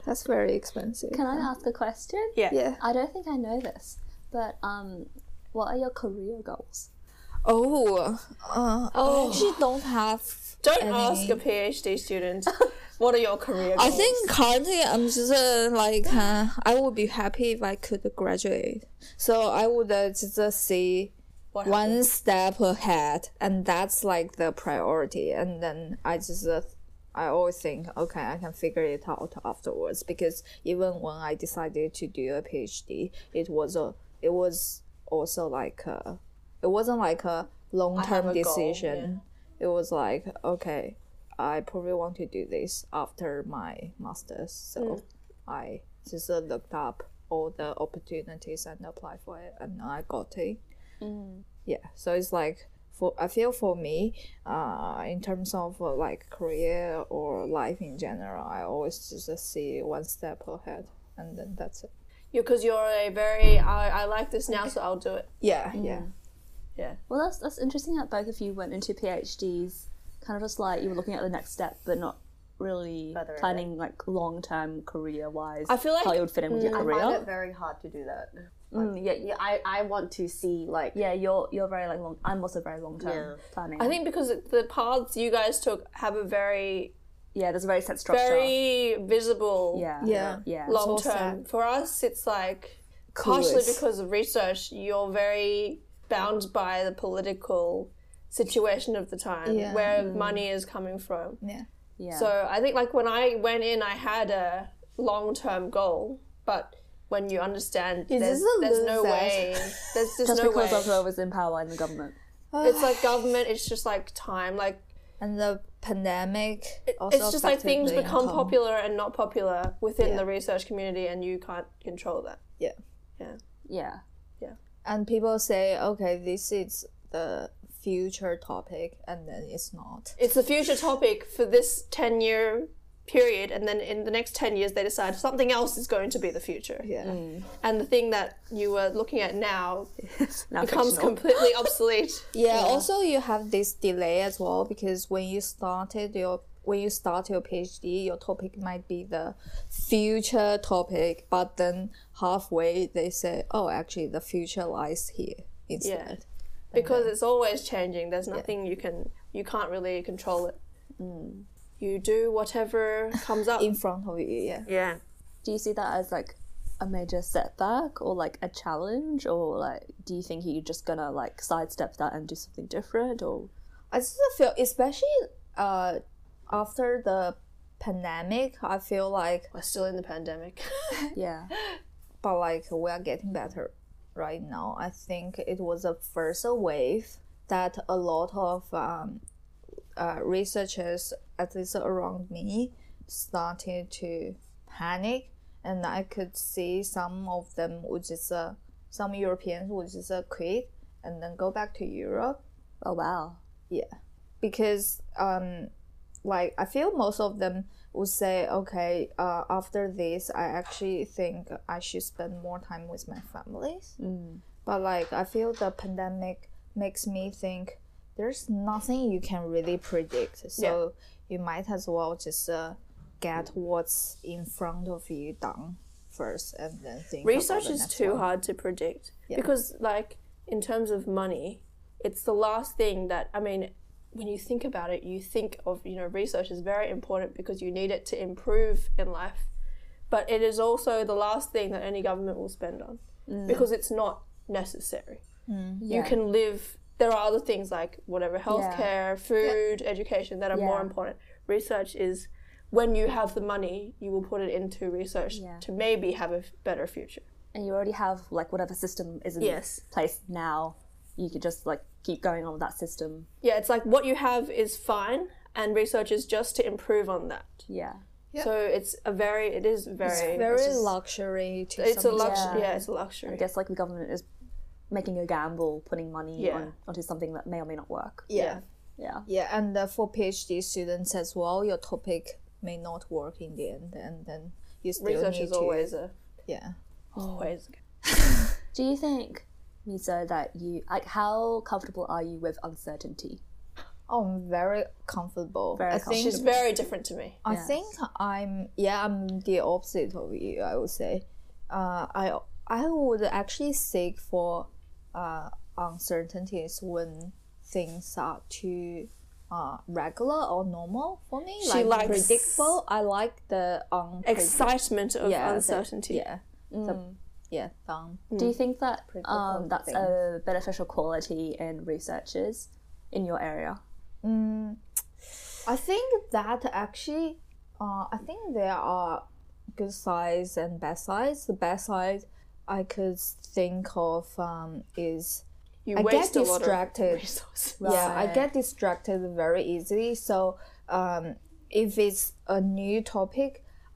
[SPEAKER 2] That's very expensive.
[SPEAKER 4] Can I ask a question?
[SPEAKER 3] Yeah.
[SPEAKER 2] Yeah.
[SPEAKER 4] I don't think I know this, but um, what are your career goals?
[SPEAKER 2] Oh, uh, oh, I actually don't have.
[SPEAKER 3] Don't
[SPEAKER 2] any-
[SPEAKER 3] ask a PhD student what are your career
[SPEAKER 2] I
[SPEAKER 3] goals.
[SPEAKER 2] think currently I'm just uh, like uh, I would be happy if I could graduate. So I would uh, just uh, see
[SPEAKER 3] What
[SPEAKER 2] one step ahead, and that's like the priority. And then I just uh, I always think, okay, I can figure it out afterwards because even when I decided to do a PhD, it was a it was also like a, it wasn't like a long
[SPEAKER 3] have
[SPEAKER 2] term
[SPEAKER 3] a goal,
[SPEAKER 2] decision. It was like, okay, I probably want to do this after my masters. So
[SPEAKER 3] Hmm.
[SPEAKER 2] I just uh, looked up all the opportunities and applied for it and I got it yeah so it's like for i feel for me uh in terms of uh, like career or life in general i always just uh, see one step ahead and then that's it
[SPEAKER 3] Because you're a very, I, I like this now, so I'll do it.
[SPEAKER 2] yeah yeah
[SPEAKER 3] Yeah.
[SPEAKER 4] Well, that's that's interesting that both of you went into PhDs, kind of just like you were looking at the next step, but not really
[SPEAKER 5] Further
[SPEAKER 4] planning like long term career wise.
[SPEAKER 3] I feel like-
[SPEAKER 4] how you would fit in with your
[SPEAKER 5] I find
[SPEAKER 4] career.
[SPEAKER 5] it very hard to do that.
[SPEAKER 4] Mm, yeah, yeah,
[SPEAKER 5] Yeah, I, I want to see like
[SPEAKER 4] yeah. You're you're very like long. I'm also very long term planning.
[SPEAKER 3] I think because the paths you guys took have a very,
[SPEAKER 4] yeah, there's a very set structure.
[SPEAKER 3] very visible
[SPEAKER 4] yeah,
[SPEAKER 2] Yeah.
[SPEAKER 4] yeah.
[SPEAKER 3] long
[SPEAKER 2] It's all
[SPEAKER 3] term. For us, it's like, partially
[SPEAKER 2] Clueless.
[SPEAKER 3] because of research, you're very bound by the political situation of the time,
[SPEAKER 2] Yeah.
[SPEAKER 3] where money is coming from.
[SPEAKER 2] yeah
[SPEAKER 4] yeah.
[SPEAKER 3] So I think like when I went in, I had a long term goal, but when you understand, there's,
[SPEAKER 2] this a
[SPEAKER 3] there's no
[SPEAKER 2] loser?
[SPEAKER 3] way. There's just,
[SPEAKER 4] just
[SPEAKER 3] no way.
[SPEAKER 4] because of whoever's in power in the government.
[SPEAKER 3] it's like government. It's just like time. Like
[SPEAKER 2] and the pandemic also
[SPEAKER 3] it's just like
[SPEAKER 2] affected
[SPEAKER 3] things
[SPEAKER 2] the
[SPEAKER 3] become
[SPEAKER 2] income.
[SPEAKER 3] popular and not popular within
[SPEAKER 2] Yeah.
[SPEAKER 3] the research community, and you can't control that.
[SPEAKER 2] yeah
[SPEAKER 4] Yeah,
[SPEAKER 2] and people say okay this is the future topic and then it's not
[SPEAKER 3] It's the future topic for this ten year period, and then in the next ten years, they decide something else is going to be the future.
[SPEAKER 2] yeah
[SPEAKER 3] And the thing that you were looking at now
[SPEAKER 4] now
[SPEAKER 3] becomes
[SPEAKER 4] fictional.
[SPEAKER 3] completely obsolete.
[SPEAKER 2] yeah, also you have this delay as well because when you started your when you start your phd your topic might be the future topic but then halfway they say oh actually the future lies here instead
[SPEAKER 3] because it's always changing. There's nothing you can you can't really control it. You do whatever comes up.
[SPEAKER 2] in front of you yeah
[SPEAKER 5] yeah.
[SPEAKER 4] do you see that as like a major setback or like a challenge or like do you think you're just gonna like sidestep that and do something different or
[SPEAKER 2] I just feel, especially uh, after the pandemic, I feel like,
[SPEAKER 3] We're still in the pandemic.
[SPEAKER 4] yeah
[SPEAKER 2] but like we are getting better right now. I think it was the first wave that a lot of um, uh, researchers, at least around me, started to panic, and I could see some of them would just uh, some Europeans would just uh, quit and then go back to Europe.
[SPEAKER 4] oh wow
[SPEAKER 2] because um like i feel most of them would say okay uh, after this i actually think i should spend more time with my families
[SPEAKER 3] Mm.
[SPEAKER 2] but like i feel the pandemic makes me think there's nothing you can really predict so you might as well just uh, get what's in front of you done first and then think about
[SPEAKER 3] Research
[SPEAKER 2] the
[SPEAKER 3] is
[SPEAKER 2] next
[SPEAKER 3] too
[SPEAKER 2] one.
[SPEAKER 3] hard to predict because, like, in terms of money, it's the last thing that I mean. When you think about it, you think of you know research is very important because you need it to improve in life, but it is also the last thing that any government will spend on
[SPEAKER 2] Mm.
[SPEAKER 3] because it's not necessary.
[SPEAKER 4] yeah.
[SPEAKER 3] you can live there are other things like whatever healthcare food education that are more
[SPEAKER 4] Yeah.
[SPEAKER 3] important research is when you have the money you will put it into research
[SPEAKER 4] Yeah.
[SPEAKER 3] to maybe have a f- better future
[SPEAKER 4] and you already have like whatever system is in
[SPEAKER 3] Yes.
[SPEAKER 4] place now you could just like keep going on with that system
[SPEAKER 3] yeah it's like what you have is fine and research is just to improve on that
[SPEAKER 4] yeah
[SPEAKER 3] so it's a very it is very it's,
[SPEAKER 2] very luxury to
[SPEAKER 3] a
[SPEAKER 2] some
[SPEAKER 3] luxury
[SPEAKER 4] Yeah.
[SPEAKER 3] yeah. it's a luxury
[SPEAKER 4] i guess like the government is making a gamble putting money
[SPEAKER 3] Yeah.
[SPEAKER 4] on, onto something that may or may not work
[SPEAKER 2] yeah
[SPEAKER 4] yeah
[SPEAKER 2] Yeah, and uh, for PhD students as well, your topic may not work in the end, and then you still
[SPEAKER 3] research
[SPEAKER 2] need
[SPEAKER 3] is
[SPEAKER 2] to,
[SPEAKER 3] always a
[SPEAKER 2] yeah.
[SPEAKER 3] always
[SPEAKER 4] do you think miso that you like how comfortable are you with uncertainty
[SPEAKER 2] Oh, I'm very comfortable.
[SPEAKER 4] Very
[SPEAKER 2] I think
[SPEAKER 3] she's very different to me
[SPEAKER 2] I think I'm yeah I'm the opposite of you. I would say, uh, I I would actually seek for uh, uncertainties when things are too uh, regular or normal for me.
[SPEAKER 3] She
[SPEAKER 2] like
[SPEAKER 3] likes-
[SPEAKER 2] predictable. I like the unpredictable.
[SPEAKER 3] excitement of
[SPEAKER 2] Yeah, that-
[SPEAKER 3] uncertainty
[SPEAKER 2] Yeah. The, yeah. Thumb.
[SPEAKER 4] Do you think that
[SPEAKER 2] Critical
[SPEAKER 4] um, that's a beneficial quality in researchers in your area?
[SPEAKER 2] I think that actually, uh, I think there are good sides and bad sides. The bad side I could think of um, is
[SPEAKER 3] You
[SPEAKER 2] I get
[SPEAKER 3] waste a lot
[SPEAKER 2] distracted.
[SPEAKER 3] of resources.
[SPEAKER 2] yeah, I get distracted very easily. So um, if it's a new topic,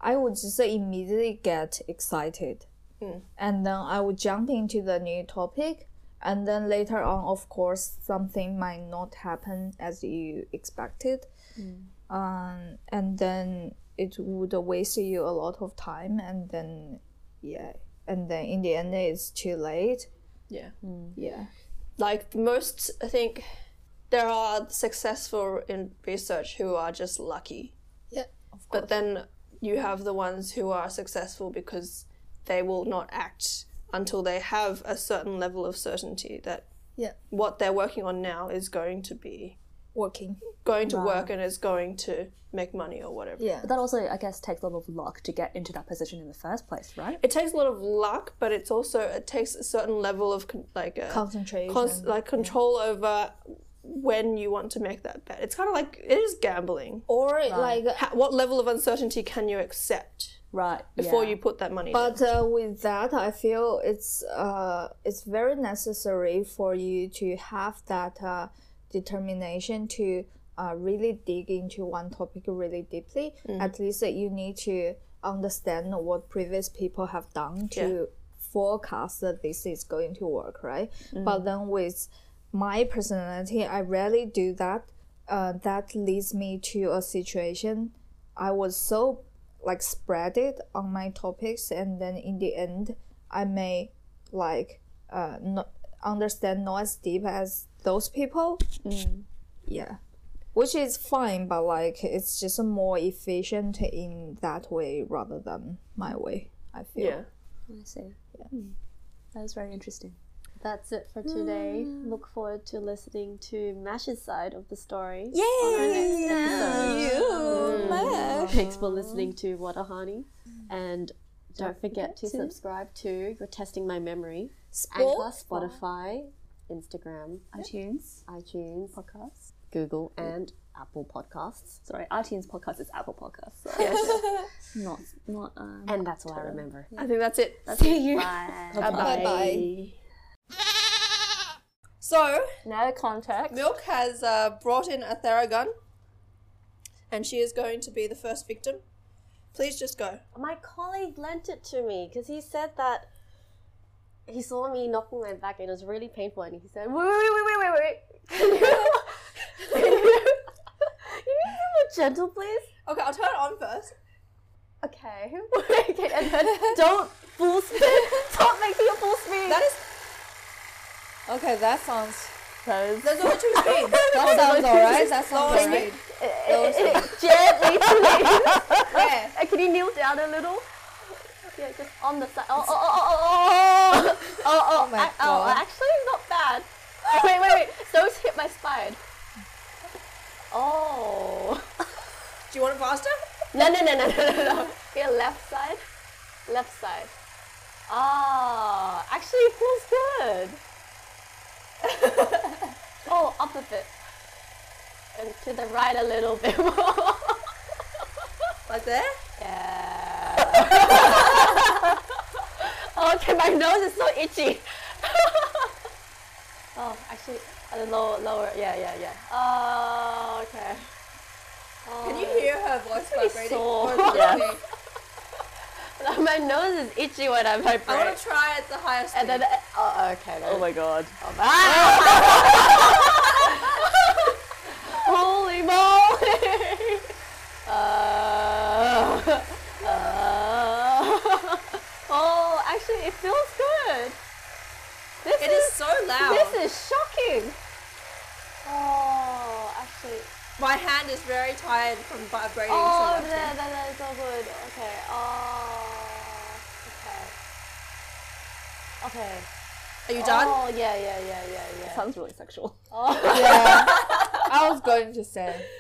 [SPEAKER 2] I would just immediately get excited, and then I would jump into the new topic. And then later on, of course, something might not happen as you expected, um, and then it would waste you a lot of time. And then, yeah, and then in the end, it's too late.
[SPEAKER 3] Yeah.
[SPEAKER 2] Yeah.
[SPEAKER 3] like most i think there are successful in research who are just lucky
[SPEAKER 2] Yeah. Of course.
[SPEAKER 3] but then you have the ones who are successful because they will not act until they have a certain level of certainty that
[SPEAKER 2] Yeah.
[SPEAKER 3] what they're working on now is going to be
[SPEAKER 2] Working.
[SPEAKER 3] going to work and is going to make money or whatever
[SPEAKER 2] Yeah.
[SPEAKER 5] But that also, I guess, takes a lot of luck to get into that position in the first place, right?
[SPEAKER 3] it takes a lot of luck but it's also it takes a certain level of con- like a
[SPEAKER 2] concentration.
[SPEAKER 3] cons- like control over when you want to make that bet it's kind of like it is gambling
[SPEAKER 2] or like,
[SPEAKER 3] ha- what level of uncertainty can you accept
[SPEAKER 5] Right.
[SPEAKER 3] before
[SPEAKER 5] yeah.
[SPEAKER 3] you put that money down?
[SPEAKER 2] but uh, with that, I feel it's uh, it's very necessary for you to have that uh, determination to uh, really dig into one topic really deeply. At least that you need to understand what previous people have done to forecast that this is going to work, right? But then with my personality, I rarely do that. Uh, that leads me to a situation I was so like spread it on my topics, and then in the end, I may like uh not understand not as deep as those people.
[SPEAKER 1] Mm.
[SPEAKER 2] Yeah, which is fine, but like it's just more efficient in that way rather than my way. I feel.
[SPEAKER 3] yeah.
[SPEAKER 5] I see. Yeah. That was very interesting.
[SPEAKER 1] That's it for today. Look forward to listening to Mash's side of the story.
[SPEAKER 5] Yay!
[SPEAKER 1] Mm. Thanks for listening to Watahani. And don't forget to subscribe to You're Testing My Memory. Anchor, Spotify, Instagram,
[SPEAKER 4] iTunes
[SPEAKER 1] iTunes,
[SPEAKER 4] podcast.
[SPEAKER 1] Google, and Apple Podcasts.
[SPEAKER 4] Sorry, iTunes podcast is Apple podcast. So not not um.
[SPEAKER 1] And that's all I remember.
[SPEAKER 3] I think that's it.
[SPEAKER 1] See you.
[SPEAKER 4] Bye.
[SPEAKER 2] Bye bye.
[SPEAKER 3] So,
[SPEAKER 5] No contact.
[SPEAKER 3] Milk has uh, brought in a Theragun, and she is going to be the first victim. Please just go.
[SPEAKER 1] My colleague lent it to me because he said that he saw me knocking my back and it was really painful and he said, wait, wait, wait, wait, wait, wait. Can you, can you, can you be more gentle, please?
[SPEAKER 3] Okay, I'll turn it on first.
[SPEAKER 1] Okay. okay, and then don't full spin. Don't make me a full spin.
[SPEAKER 3] That is.
[SPEAKER 2] Okay, that sounds
[SPEAKER 3] There's only two speeds.
[SPEAKER 2] that sounds alright. That
[SPEAKER 3] Lower
[SPEAKER 2] sounds alright.
[SPEAKER 3] speed.
[SPEAKER 1] Gently, please.
[SPEAKER 3] Yeah.
[SPEAKER 1] Uh, Can you kneel down a little? Yeah, just on the side. Oh, oh, oh, oh, oh, oh, oh, oh,
[SPEAKER 2] my
[SPEAKER 1] I- oh,
[SPEAKER 2] God.
[SPEAKER 1] actually, not bad. Oh, Wait, wait, wait. Those hit my spine. Oh.
[SPEAKER 3] Do you want it faster?
[SPEAKER 1] No, no, no, no, no, no, no. Here, left side. Left side. Ah, actually, it feels good. oh, up a bit. And to the right a little bit more.
[SPEAKER 3] Like there?
[SPEAKER 1] yeah. Oh, okay, my nose is so itchy. oh, actually, uh, lower, lower. Yeah, yeah, yeah. Oh, okay.
[SPEAKER 3] Can you hear her voice
[SPEAKER 1] pretty
[SPEAKER 3] vibrating?
[SPEAKER 1] sore.
[SPEAKER 3] Or is it
[SPEAKER 1] Yeah.
[SPEAKER 3] me?
[SPEAKER 1] Oh, my nose is itchy when I'm
[SPEAKER 3] I
[SPEAKER 1] hyper.
[SPEAKER 3] want to try at the highest
[SPEAKER 1] And then,
[SPEAKER 3] speed.
[SPEAKER 1] oh, okay. Then.
[SPEAKER 4] Oh my god.
[SPEAKER 1] Holy moly! Uh, uh, oh, actually, it feels good. This
[SPEAKER 3] It is so loud.
[SPEAKER 1] This is shocking. Oh, actually.
[SPEAKER 3] My hand is very tired from vibrating
[SPEAKER 1] Oh,
[SPEAKER 3] so much.
[SPEAKER 1] that, that, that is so good. Okay. Oh, okay. Okay.
[SPEAKER 3] Are you done?
[SPEAKER 1] Oh, yeah, yeah, yeah, yeah, yeah.
[SPEAKER 5] Sounds really sexual.
[SPEAKER 1] Oh.
[SPEAKER 2] Yeah. I was going to say.